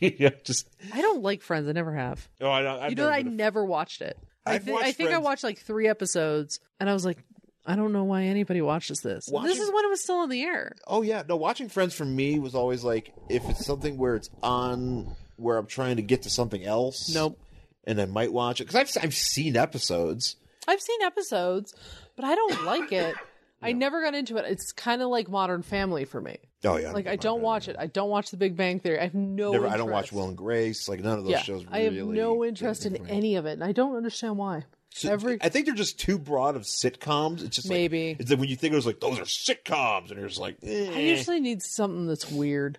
[SPEAKER 2] yeah, just
[SPEAKER 1] I don't like Friends. I never have.
[SPEAKER 2] oh, I, I've
[SPEAKER 1] you know,
[SPEAKER 2] never
[SPEAKER 1] I
[SPEAKER 2] been a-
[SPEAKER 1] never watched it. I,
[SPEAKER 2] I've
[SPEAKER 1] thi-
[SPEAKER 2] watched
[SPEAKER 1] I think I
[SPEAKER 2] Friends.
[SPEAKER 1] watched like three episodes, and I was like, I don't know why anybody watches this. This
[SPEAKER 2] Watching-
[SPEAKER 1] is when it was still on the air.
[SPEAKER 2] Oh yeah, no. Watching Friends for me was always like if it's something where it's on where I'm trying to get to something else.
[SPEAKER 1] Nope.
[SPEAKER 2] And I might watch it because I've I've seen episodes.
[SPEAKER 1] I've seen episodes, but I don't like it. I never got into it. It's kind of like Modern Family for me.
[SPEAKER 2] Oh yeah.
[SPEAKER 1] Like I don't watch it. I don't watch The Big Bang Theory. I have no.
[SPEAKER 2] Never.
[SPEAKER 1] interest.
[SPEAKER 2] I don't watch Will and Grace. Like none of those
[SPEAKER 1] Yeah,
[SPEAKER 2] shows.
[SPEAKER 1] I
[SPEAKER 2] Really
[SPEAKER 1] have no interest in any of it, and I don't understand why.
[SPEAKER 2] So,
[SPEAKER 1] every-
[SPEAKER 2] I think they're just too broad of sitcoms. It's just like-
[SPEAKER 1] Maybe.
[SPEAKER 2] it's like when you think it was like those are sitcoms, and you're just like, eh.
[SPEAKER 1] I usually need something that's weird.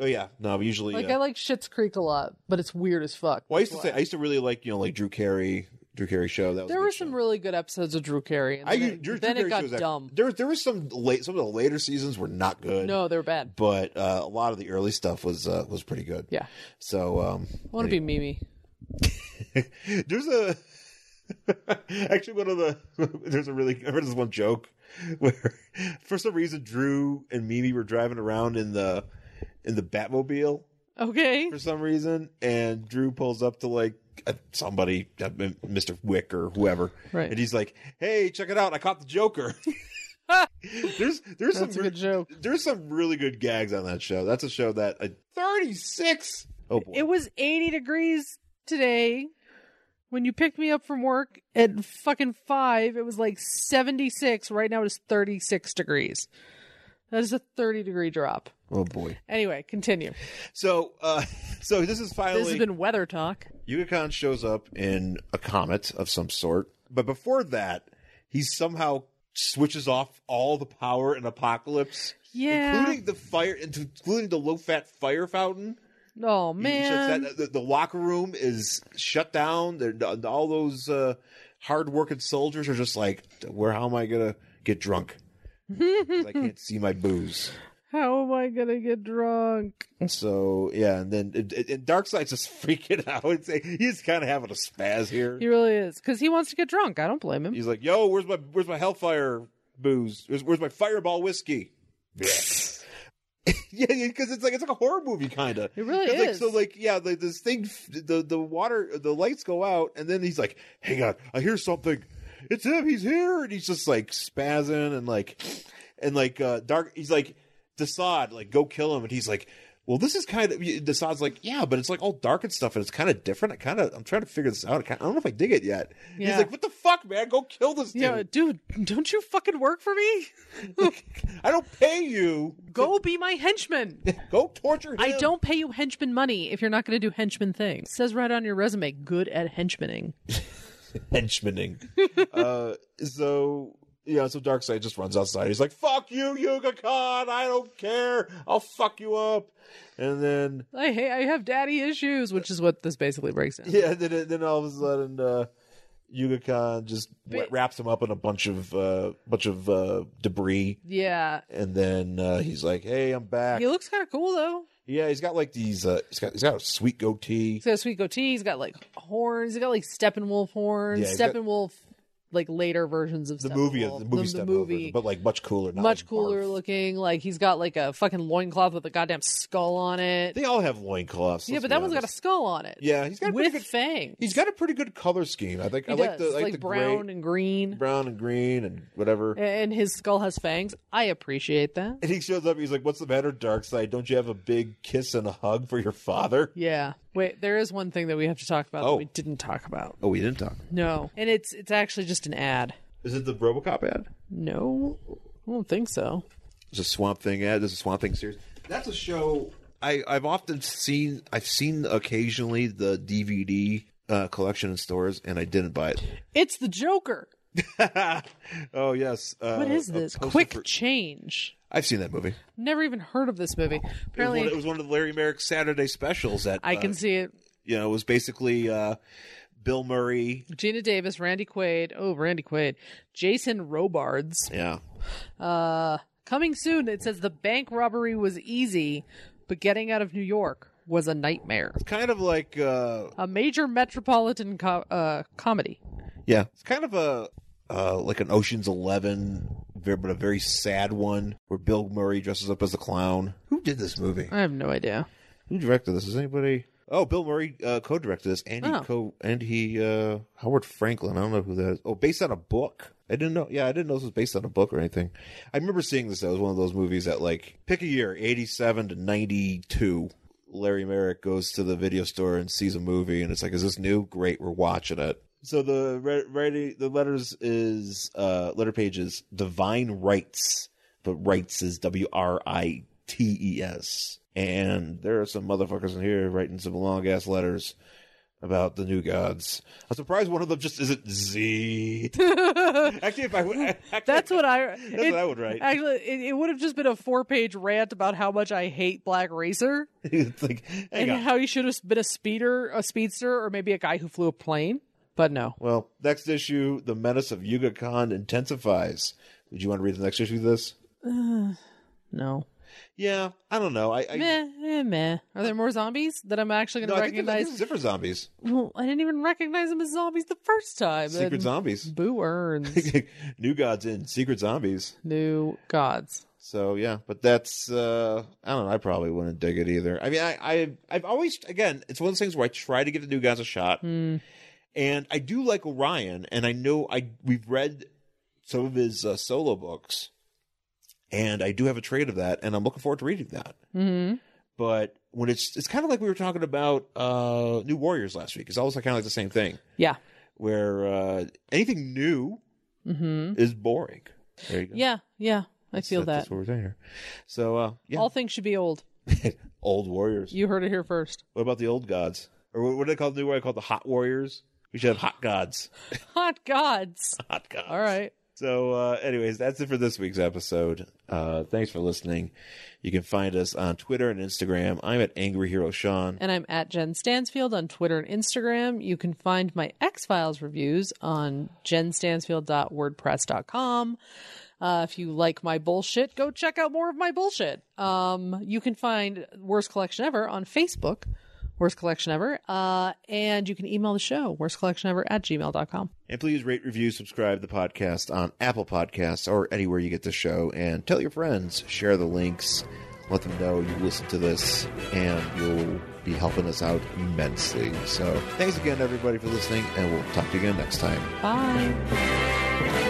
[SPEAKER 2] oh yeah, no. but Usually,
[SPEAKER 1] Like
[SPEAKER 2] uh,
[SPEAKER 1] I like Shit's Creek a lot, but it's weird as fuck.
[SPEAKER 2] well, I used to say I used to really like you know like Drew Carey, Drew Carey show. That was a
[SPEAKER 1] There
[SPEAKER 2] good
[SPEAKER 1] were
[SPEAKER 2] show.
[SPEAKER 1] some really good episodes of Drew Carey, and
[SPEAKER 2] I
[SPEAKER 1] then, it-
[SPEAKER 2] used- Drew,
[SPEAKER 1] then
[SPEAKER 2] Drew Carey
[SPEAKER 1] it got
[SPEAKER 2] shows that-
[SPEAKER 1] dumb.
[SPEAKER 2] There there was some late some of the later seasons were not good.
[SPEAKER 1] No, they were bad.
[SPEAKER 2] but uh, a lot of the early stuff was uh, was pretty good.
[SPEAKER 1] Yeah,
[SPEAKER 2] So um,
[SPEAKER 1] I want to be Mimi.
[SPEAKER 2] there's a actually one of the there's a really I heard this one joke where for some reason Drew and Mimi were driving around in the in the Batmobile
[SPEAKER 1] Okay,
[SPEAKER 2] for some reason, and Drew pulls up to like uh, somebody, uh, Mr. Wick or whoever,
[SPEAKER 1] Right.
[SPEAKER 2] And he's like, "Hey, check it out! I caught the Joker." there's there's
[SPEAKER 1] That's
[SPEAKER 2] some
[SPEAKER 1] a good
[SPEAKER 2] re-
[SPEAKER 1] joke.
[SPEAKER 2] There's some really good gags on that show. That's a show that uh, 36. Oh boy,
[SPEAKER 1] it was eighty degrees today when you picked me up from work at fucking five. It was like seventy six. Right now it is thirty six degrees. That is a thirty degree drop.
[SPEAKER 2] oh boy.
[SPEAKER 1] Anyway, continue.
[SPEAKER 2] So uh, so this is finally
[SPEAKER 1] This has been weather talk.
[SPEAKER 2] Yukon shows up in a comet of some sort, but before that, he somehow switches off all the power in Apocalypse.
[SPEAKER 1] Yeah.
[SPEAKER 2] Including the fire, including the low-fat fire fountain.
[SPEAKER 1] oh
[SPEAKER 2] He shuts
[SPEAKER 1] man,
[SPEAKER 2] that- the, the locker room is shut down. They're- the- all those uh, hard-working soldiers are just like, where? How am I gonna get drunk? 'Cause I can't see my booze.
[SPEAKER 1] how am I gonna get drunk?
[SPEAKER 2] So yeah, and then and, and Darkseid's just freaking out. It's, he's kind of having a spaz here.
[SPEAKER 1] He really is because he wants to get drunk. I don't blame him.
[SPEAKER 2] He's like, "Yo, where's my where's my Hellfire booze? Where's, where's my Fireball whiskey?" yeah, because it's like it's like a horror movie kind of.
[SPEAKER 1] It really
[SPEAKER 2] Like,
[SPEAKER 1] is.
[SPEAKER 2] so like, yeah, like this thing, the the water, the lights go out, and then he's like, "Hang on, I hear something. It's him. He's here!" And he's just like spazzing and like, and like uh dark. He's like, Desaad, like go kill him, and he's like. Well, this is kind of Desaad's like, yeah, but it's like all dark and stuff, and it's kind of different. I kind of, I'm trying to figure this out. I, kinda, I don't know if I dig it yet. He's
[SPEAKER 1] Yeah.
[SPEAKER 2] like, what the fuck, man? Go kill this dude.
[SPEAKER 1] Yeah, dude, don't you fucking work for me?
[SPEAKER 2] I don't pay you.
[SPEAKER 1] Go be my henchman.
[SPEAKER 2] Go torture him.
[SPEAKER 1] I don't pay you henchman money if you're not going to do henchman things. It says right on your resume, good at henchmaning.
[SPEAKER 2] henchmaning. uh, so yeah, so Darkseid just runs outside. He's like, "Fuck you, Yuga Khan. I don't care. I'll fuck you up." And then
[SPEAKER 1] I hate, I have daddy issues, which is what this basically breaks down.
[SPEAKER 2] yeah, then then all of a sudden, uh, Yuga Khan just wa- wraps him up in a bunch of uh, bunch of uh, debris,
[SPEAKER 1] Yeah.
[SPEAKER 2] and then uh, he's like, "Hey, I'm back."
[SPEAKER 1] He looks kind of cool though.
[SPEAKER 2] yeah, he's got like these. Uh, he's got he's got a sweet goatee.
[SPEAKER 1] He's got a sweet goatee. He's got like horns. He's got like Steppenwolf horns.
[SPEAKER 2] Yeah, he's got-
[SPEAKER 1] Steppenwolf, like later versions of
[SPEAKER 2] The movie,
[SPEAKER 1] Steppenwolf.
[SPEAKER 2] the movie,
[SPEAKER 1] the,
[SPEAKER 2] step
[SPEAKER 1] movie.
[SPEAKER 2] over, but like much cooler. Not
[SPEAKER 1] much
[SPEAKER 2] like
[SPEAKER 1] cooler
[SPEAKER 2] barf.
[SPEAKER 1] looking. Like he's got like a fucking loincloth with a goddamn skull on it.
[SPEAKER 2] They all have loincloths.
[SPEAKER 1] yeah,
[SPEAKER 2] let's
[SPEAKER 1] but
[SPEAKER 2] be
[SPEAKER 1] that one's got a
[SPEAKER 2] honest.
[SPEAKER 1] skull on it.
[SPEAKER 2] Yeah, he's got a
[SPEAKER 1] with
[SPEAKER 2] pretty good.
[SPEAKER 1] fangs.
[SPEAKER 2] He's got a pretty good color scheme. I think
[SPEAKER 1] He
[SPEAKER 2] I like
[SPEAKER 1] does.
[SPEAKER 2] the I like, the
[SPEAKER 1] brown
[SPEAKER 2] gray,
[SPEAKER 1] and green,
[SPEAKER 2] brown and green and whatever.
[SPEAKER 1] and his skull has fangs. I appreciate that.
[SPEAKER 2] And he shows up. He's like, "What's the matter, Dark Side? Don't you have a big kiss and a hug for your father?"
[SPEAKER 1] Yeah. Wait, there is one thing that we have to talk about that
[SPEAKER 2] Oh.
[SPEAKER 1] we didn't talk about.
[SPEAKER 2] Oh, we didn't talk.
[SPEAKER 1] No, and it's it's actually just an ad.
[SPEAKER 2] Is it the RoboCop ad?
[SPEAKER 1] No, I don't think so.
[SPEAKER 2] There's a Swamp Thing ad. There's a Swamp Thing series. That's a show I, I've often seen. I've seen occasionally the DVD uh, collection in stores, and I didn't buy
[SPEAKER 1] It's the Joker.
[SPEAKER 2] it. oh yes. Uh,
[SPEAKER 1] What is
[SPEAKER 2] a
[SPEAKER 1] this?
[SPEAKER 2] poster
[SPEAKER 1] Quick
[SPEAKER 2] for-
[SPEAKER 1] change.
[SPEAKER 2] I've seen that movie.
[SPEAKER 1] Never even heard of this movie.
[SPEAKER 2] It was,
[SPEAKER 1] Apparently,
[SPEAKER 2] one, it was one of the Larry Merrick Saturday specials. That
[SPEAKER 1] I can
[SPEAKER 2] uh,
[SPEAKER 1] see it.
[SPEAKER 2] you know, it was basically uh, Bill Murray.
[SPEAKER 1] Gina Davis, Randy Quaid. Oh, Randy Quaid. Jason Robards.
[SPEAKER 2] Yeah.
[SPEAKER 1] Uh, coming soon. It says the bank robbery was easy, but getting out of New York was a nightmare.
[SPEAKER 2] Kind of like uh,
[SPEAKER 1] A major metropolitan co- uh, comedy.
[SPEAKER 2] Yeah, it's kind of a uh, like an Ocean's Eleven, ver- but a very sad one where Bill Murray dresses up as a clown. Who did this movie?
[SPEAKER 1] I have no idea.
[SPEAKER 2] Who directed this? Is anybody? Oh, Bill Murray uh, co-directed this, and he
[SPEAKER 1] Oh.
[SPEAKER 2] co and he uh, Howard Franklin. I don't know who that is. Oh, based on a book. I didn't know. Yeah, I didn't know this was based on a book or anything. I remember seeing this. That was one of those movies that like pick a year, eighty-seven to ninety-two. Larry Merrick goes to the video store and sees a movie, and it's like, "Is this new? Great, we're watching it." So the re- ready the letters is uh, letter pages divine rights, but rights is W R I T E S, and there are some motherfuckers in here writing some long ass letters about the new gods. I'm surprised one of them just isn't Z. actually, if I would, actually,
[SPEAKER 1] That's what I. That's
[SPEAKER 2] what I would write.
[SPEAKER 1] Actually, it, it would have just been a four-page rant about how much I hate Black Racer
[SPEAKER 2] it's like, hang
[SPEAKER 1] and
[SPEAKER 2] on.
[SPEAKER 1] how he should have been a speeder, a speedster, or maybe a guy who flew a plane. But no,
[SPEAKER 2] Well, next issue, the menace of Yuga Khan intensifies. Did you want to read the next issue of this?
[SPEAKER 1] no,
[SPEAKER 2] Yeah, I don't know. I, I
[SPEAKER 1] meh, eh, meh. Are there more zombies that I'm actually going
[SPEAKER 2] no,
[SPEAKER 1] to
[SPEAKER 2] I think there's- I
[SPEAKER 1] recognize?
[SPEAKER 2] think there's different zombies,
[SPEAKER 1] Well, I didn't even recognize them as zombies the first time.
[SPEAKER 2] secret
[SPEAKER 1] And
[SPEAKER 2] zombies,
[SPEAKER 1] Boo earns
[SPEAKER 2] new gods in secret zombies.
[SPEAKER 1] new gods.
[SPEAKER 2] So yeah, but that's uh I don't know, I probably wouldn't dig it either. I mean I, I I've always again, it's one of those things where I try to give the new guys a shot.
[SPEAKER 1] Hmm.
[SPEAKER 2] And I do like Orion and I know I we've read some of his uh, solo books and I do have a trade of that and I'm looking forward to reading that.
[SPEAKER 1] Mm-hmm.
[SPEAKER 2] But when it's it's kind of like we were talking about uh New Warriors last week. It's always kind of like the same thing
[SPEAKER 1] Yeah.
[SPEAKER 2] where uh anything new
[SPEAKER 1] Mm-hmm.
[SPEAKER 2] is boring. There you go.
[SPEAKER 1] Yeah. Yeah. I feel that.
[SPEAKER 2] That's what we're doing here. So uh yeah.
[SPEAKER 1] All things should be old.
[SPEAKER 2] old warriors.
[SPEAKER 1] You heard it here first.
[SPEAKER 2] What about the old gods? Or what, what do they call the new warrior? Called the hot warriors. We should have hot gods.
[SPEAKER 1] Hot gods.
[SPEAKER 2] Hot gods.
[SPEAKER 1] All right.
[SPEAKER 2] So, uh, anyways, that's it for this week's episode. Uh, thanks for listening. You can find us on Twitter and Instagram. I'm at Angry Hero Sean.
[SPEAKER 1] And I'm at Jen Stansfield on Twitter and Instagram. You can find my X Files reviews on jenstansfield.wordpress.com. Uh, if you like my bullshit, go check out more of my bullshit. Um, you can find Worst Collection Ever on Facebook, Worst Collection Ever. Uh, and you can email the show, worstcollectionever at gmail.com.
[SPEAKER 2] And please rate, review, subscribe to the podcast on Apple Podcasts or anywhere you get the show. And tell your friends, share the links, let them know you listen to this, and you'll be helping us out immensely. So, thanks again, everybody, for listening, and we'll talk to you again next time.
[SPEAKER 1] Bye.